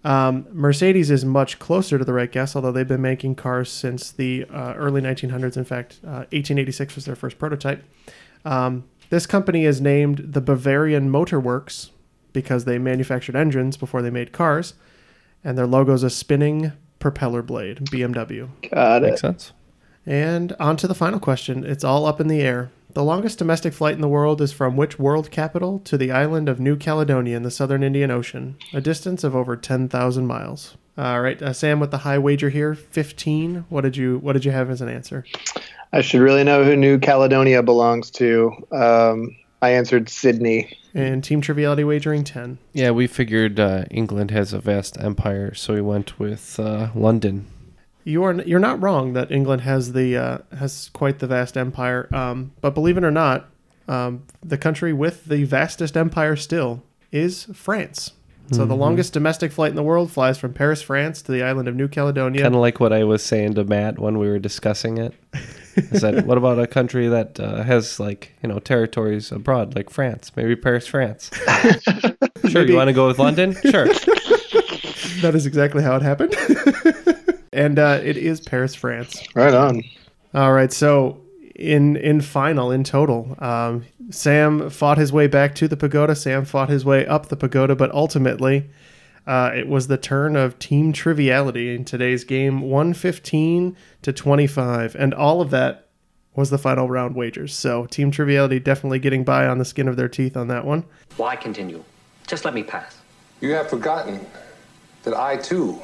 [SPEAKER 3] Um, Mercedes is much closer to the right guess, although they've been making cars since the uh, early 1900s. In fact, uh, 1886 was their first prototype. Um, this company is named the Bavarian Motor Works because they manufactured engines before they made cars, and their logo is a spinning propeller blade, BMW.
[SPEAKER 4] Got
[SPEAKER 7] Makes sense.
[SPEAKER 3] And on to the final question. It's all up in the air. The longest domestic flight in the world is from which world capital to the island of New Caledonia in the southern Indian Ocean, a distance of over 10,000 miles. All right, uh, Sam with the high wager here, 15. What did you what did you have as an answer?
[SPEAKER 4] I should really know who New Caledonia belongs to. Um, I answered Sydney.
[SPEAKER 3] And team triviality wagering 10.
[SPEAKER 7] Yeah, we figured uh, England has a vast empire, so we went with uh, London.
[SPEAKER 3] You are you're not wrong that England has the uh, has quite the vast empire. Um, but believe it or not, um, the country with the vastest empire still is France. So the
[SPEAKER 7] Mhm.
[SPEAKER 3] longest domestic flight in the world flies from Paris, France, to the island of New Caledonia.
[SPEAKER 7] Kind of like what I was saying to Matt when we were discussing it. Is that what about a country that uh, has like you know territories abroad, like France? Maybe Paris, France. sure,
[SPEAKER 3] Maybe-
[SPEAKER 7] you want to go with London? Sure.
[SPEAKER 3] that is exactly how it happened. and uh, it is Paris, France.
[SPEAKER 4] Right on.
[SPEAKER 3] All right. So in in final in total, um, Sam fought his way back to the pagoda. Sam fought his way up the pagoda, but ultimately. Uh, it was the turn of team triviality in today's game 115 to 25 and all of that was the final round wagers so team triviality definitely getting by on the skin of their teeth on that one
[SPEAKER 18] Why continue? Just let me pass.
[SPEAKER 1] You have forgotten that I too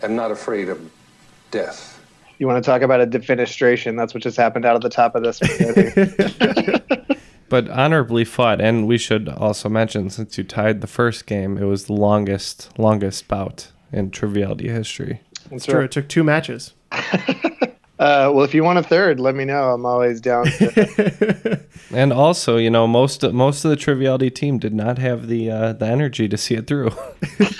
[SPEAKER 1] am not afraid of death.
[SPEAKER 4] You want to talk about a defenestration? That's what just happened out of the top of this. one.
[SPEAKER 7] But honorably fought, and we should also mention since you tied the first game, it was the longest longest bout in triviality history.
[SPEAKER 4] That's
[SPEAKER 3] Sure,
[SPEAKER 4] right.
[SPEAKER 3] it took two matches
[SPEAKER 4] Uh, well, if you want a third, let me know. I'm always down. To,
[SPEAKER 7] And also, you know, most most of the triviality team did not have the uh, the energy to see it through.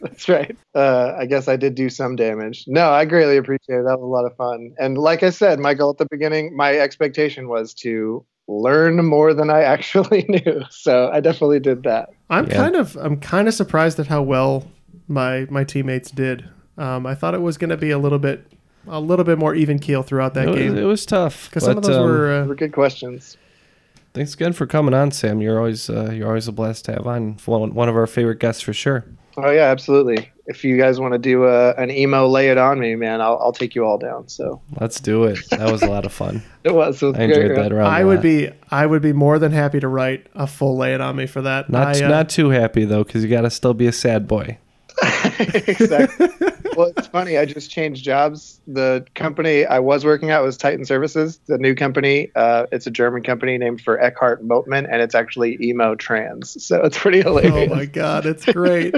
[SPEAKER 4] that's right. Uh, I guess I did do some damage. No, I greatly appreciate it. That was a lot of fun. And like I said, Michael, at the beginning, my expectation was to learn more than I actually knew. So I definitely did that.
[SPEAKER 3] I'm kind of I'm kind of surprised at how well my my teammates did. Um, I thought it was going to be a little bit a little bit more even keel throughout that
[SPEAKER 7] It was-
[SPEAKER 3] game.
[SPEAKER 7] it was tough,
[SPEAKER 3] because some of
[SPEAKER 7] but,
[SPEAKER 3] those
[SPEAKER 7] um,
[SPEAKER 3] were uh,
[SPEAKER 4] were good questions.
[SPEAKER 7] Thanks again for coming on, Sam. You're always uh, you're always a blast to have on. One, one of our favorite guests for sure.
[SPEAKER 4] Oh yeah, absolutely. If you guys want to do uh, an emo, lay it on me, man. I'll, I'll take you all down. So
[SPEAKER 7] Let's do it. That was a lot of fun.
[SPEAKER 4] it was. It was
[SPEAKER 7] I enjoyed
[SPEAKER 4] great.
[SPEAKER 7] that round.
[SPEAKER 3] I
[SPEAKER 7] a
[SPEAKER 3] would
[SPEAKER 7] lot.
[SPEAKER 3] be I would be more than happy to write a full lay it on me for that.
[SPEAKER 7] not
[SPEAKER 3] I, uh,
[SPEAKER 7] not too happy though, because you got to still be a sad boy.
[SPEAKER 4] exactly. well, it's funny. I just changed jobs. The company I was working at was Titan Services. The new company, uh, it's a German company named for Eckhart Motman, and it's actually emo trans. So it's pretty hilarious.
[SPEAKER 3] Oh my god, it's great.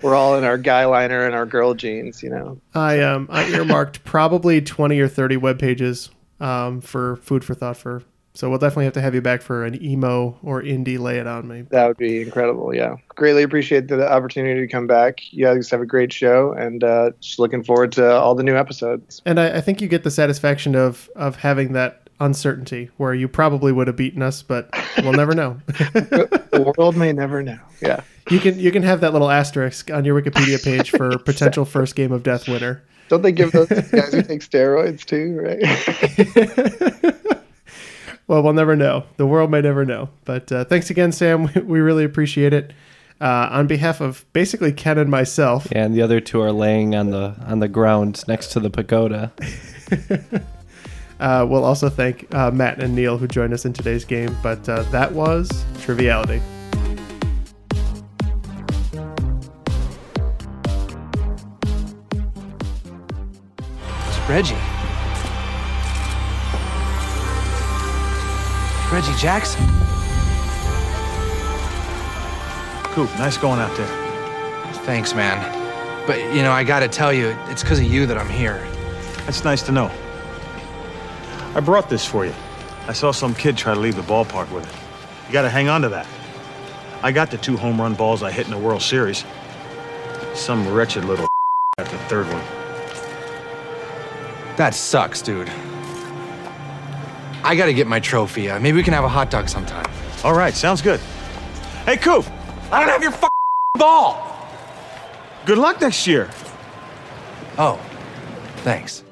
[SPEAKER 4] We're all in our guy liner and our girl jeans, you know.
[SPEAKER 3] I um I earmarked probably twenty or thirty web pages um for food for thought for. So we'll definitely have to have you back for an emo or indie lay it on me.
[SPEAKER 4] That would be incredible. Yeah. Greatly appreciate the opportunity to come back. You guys have a great show, and uh, just looking forward to all the new episodes.
[SPEAKER 3] And I, I think you get the satisfaction of of having that uncertainty where you probably would have beaten us, but we'll never know.
[SPEAKER 4] the world may never know. Yeah.
[SPEAKER 3] You can you can have that little asterisk on your Wikipedia page for potential first game of death winner.
[SPEAKER 4] Don't they give those guys who take steroids too, right?
[SPEAKER 3] Well, we'll never know. The world may never know. But uh, thanks again, Sam. We, we really appreciate it. Uh, on behalf of basically Ken and myself,
[SPEAKER 7] Yeah, and the other two are laying on the on the ground next to the pagoda.
[SPEAKER 3] uh, we'll also thank uh, Matt and Neil who joined us in today's game. But uh, that was Triviality.
[SPEAKER 19] It's Reggie. It's Reggie Jackson. Coop, nice going out there. Thanks, man. But, you know, I gotta tell you, it's because of you that I'm here.
[SPEAKER 20] That's nice to know. I brought this for you. I saw some kid try to leave the ballpark with it. You gotta hang on to that. I got the two home run balls I hit in the World Series. Some wretched little got the third one.
[SPEAKER 19] That sucks, dude. I gotta get my trophy. Uh, maybe we can have a hot dog sometime. All right, sounds good. Hey, Coop! I don't have your f- ball!
[SPEAKER 20] Good luck next year.
[SPEAKER 19] Oh, thanks.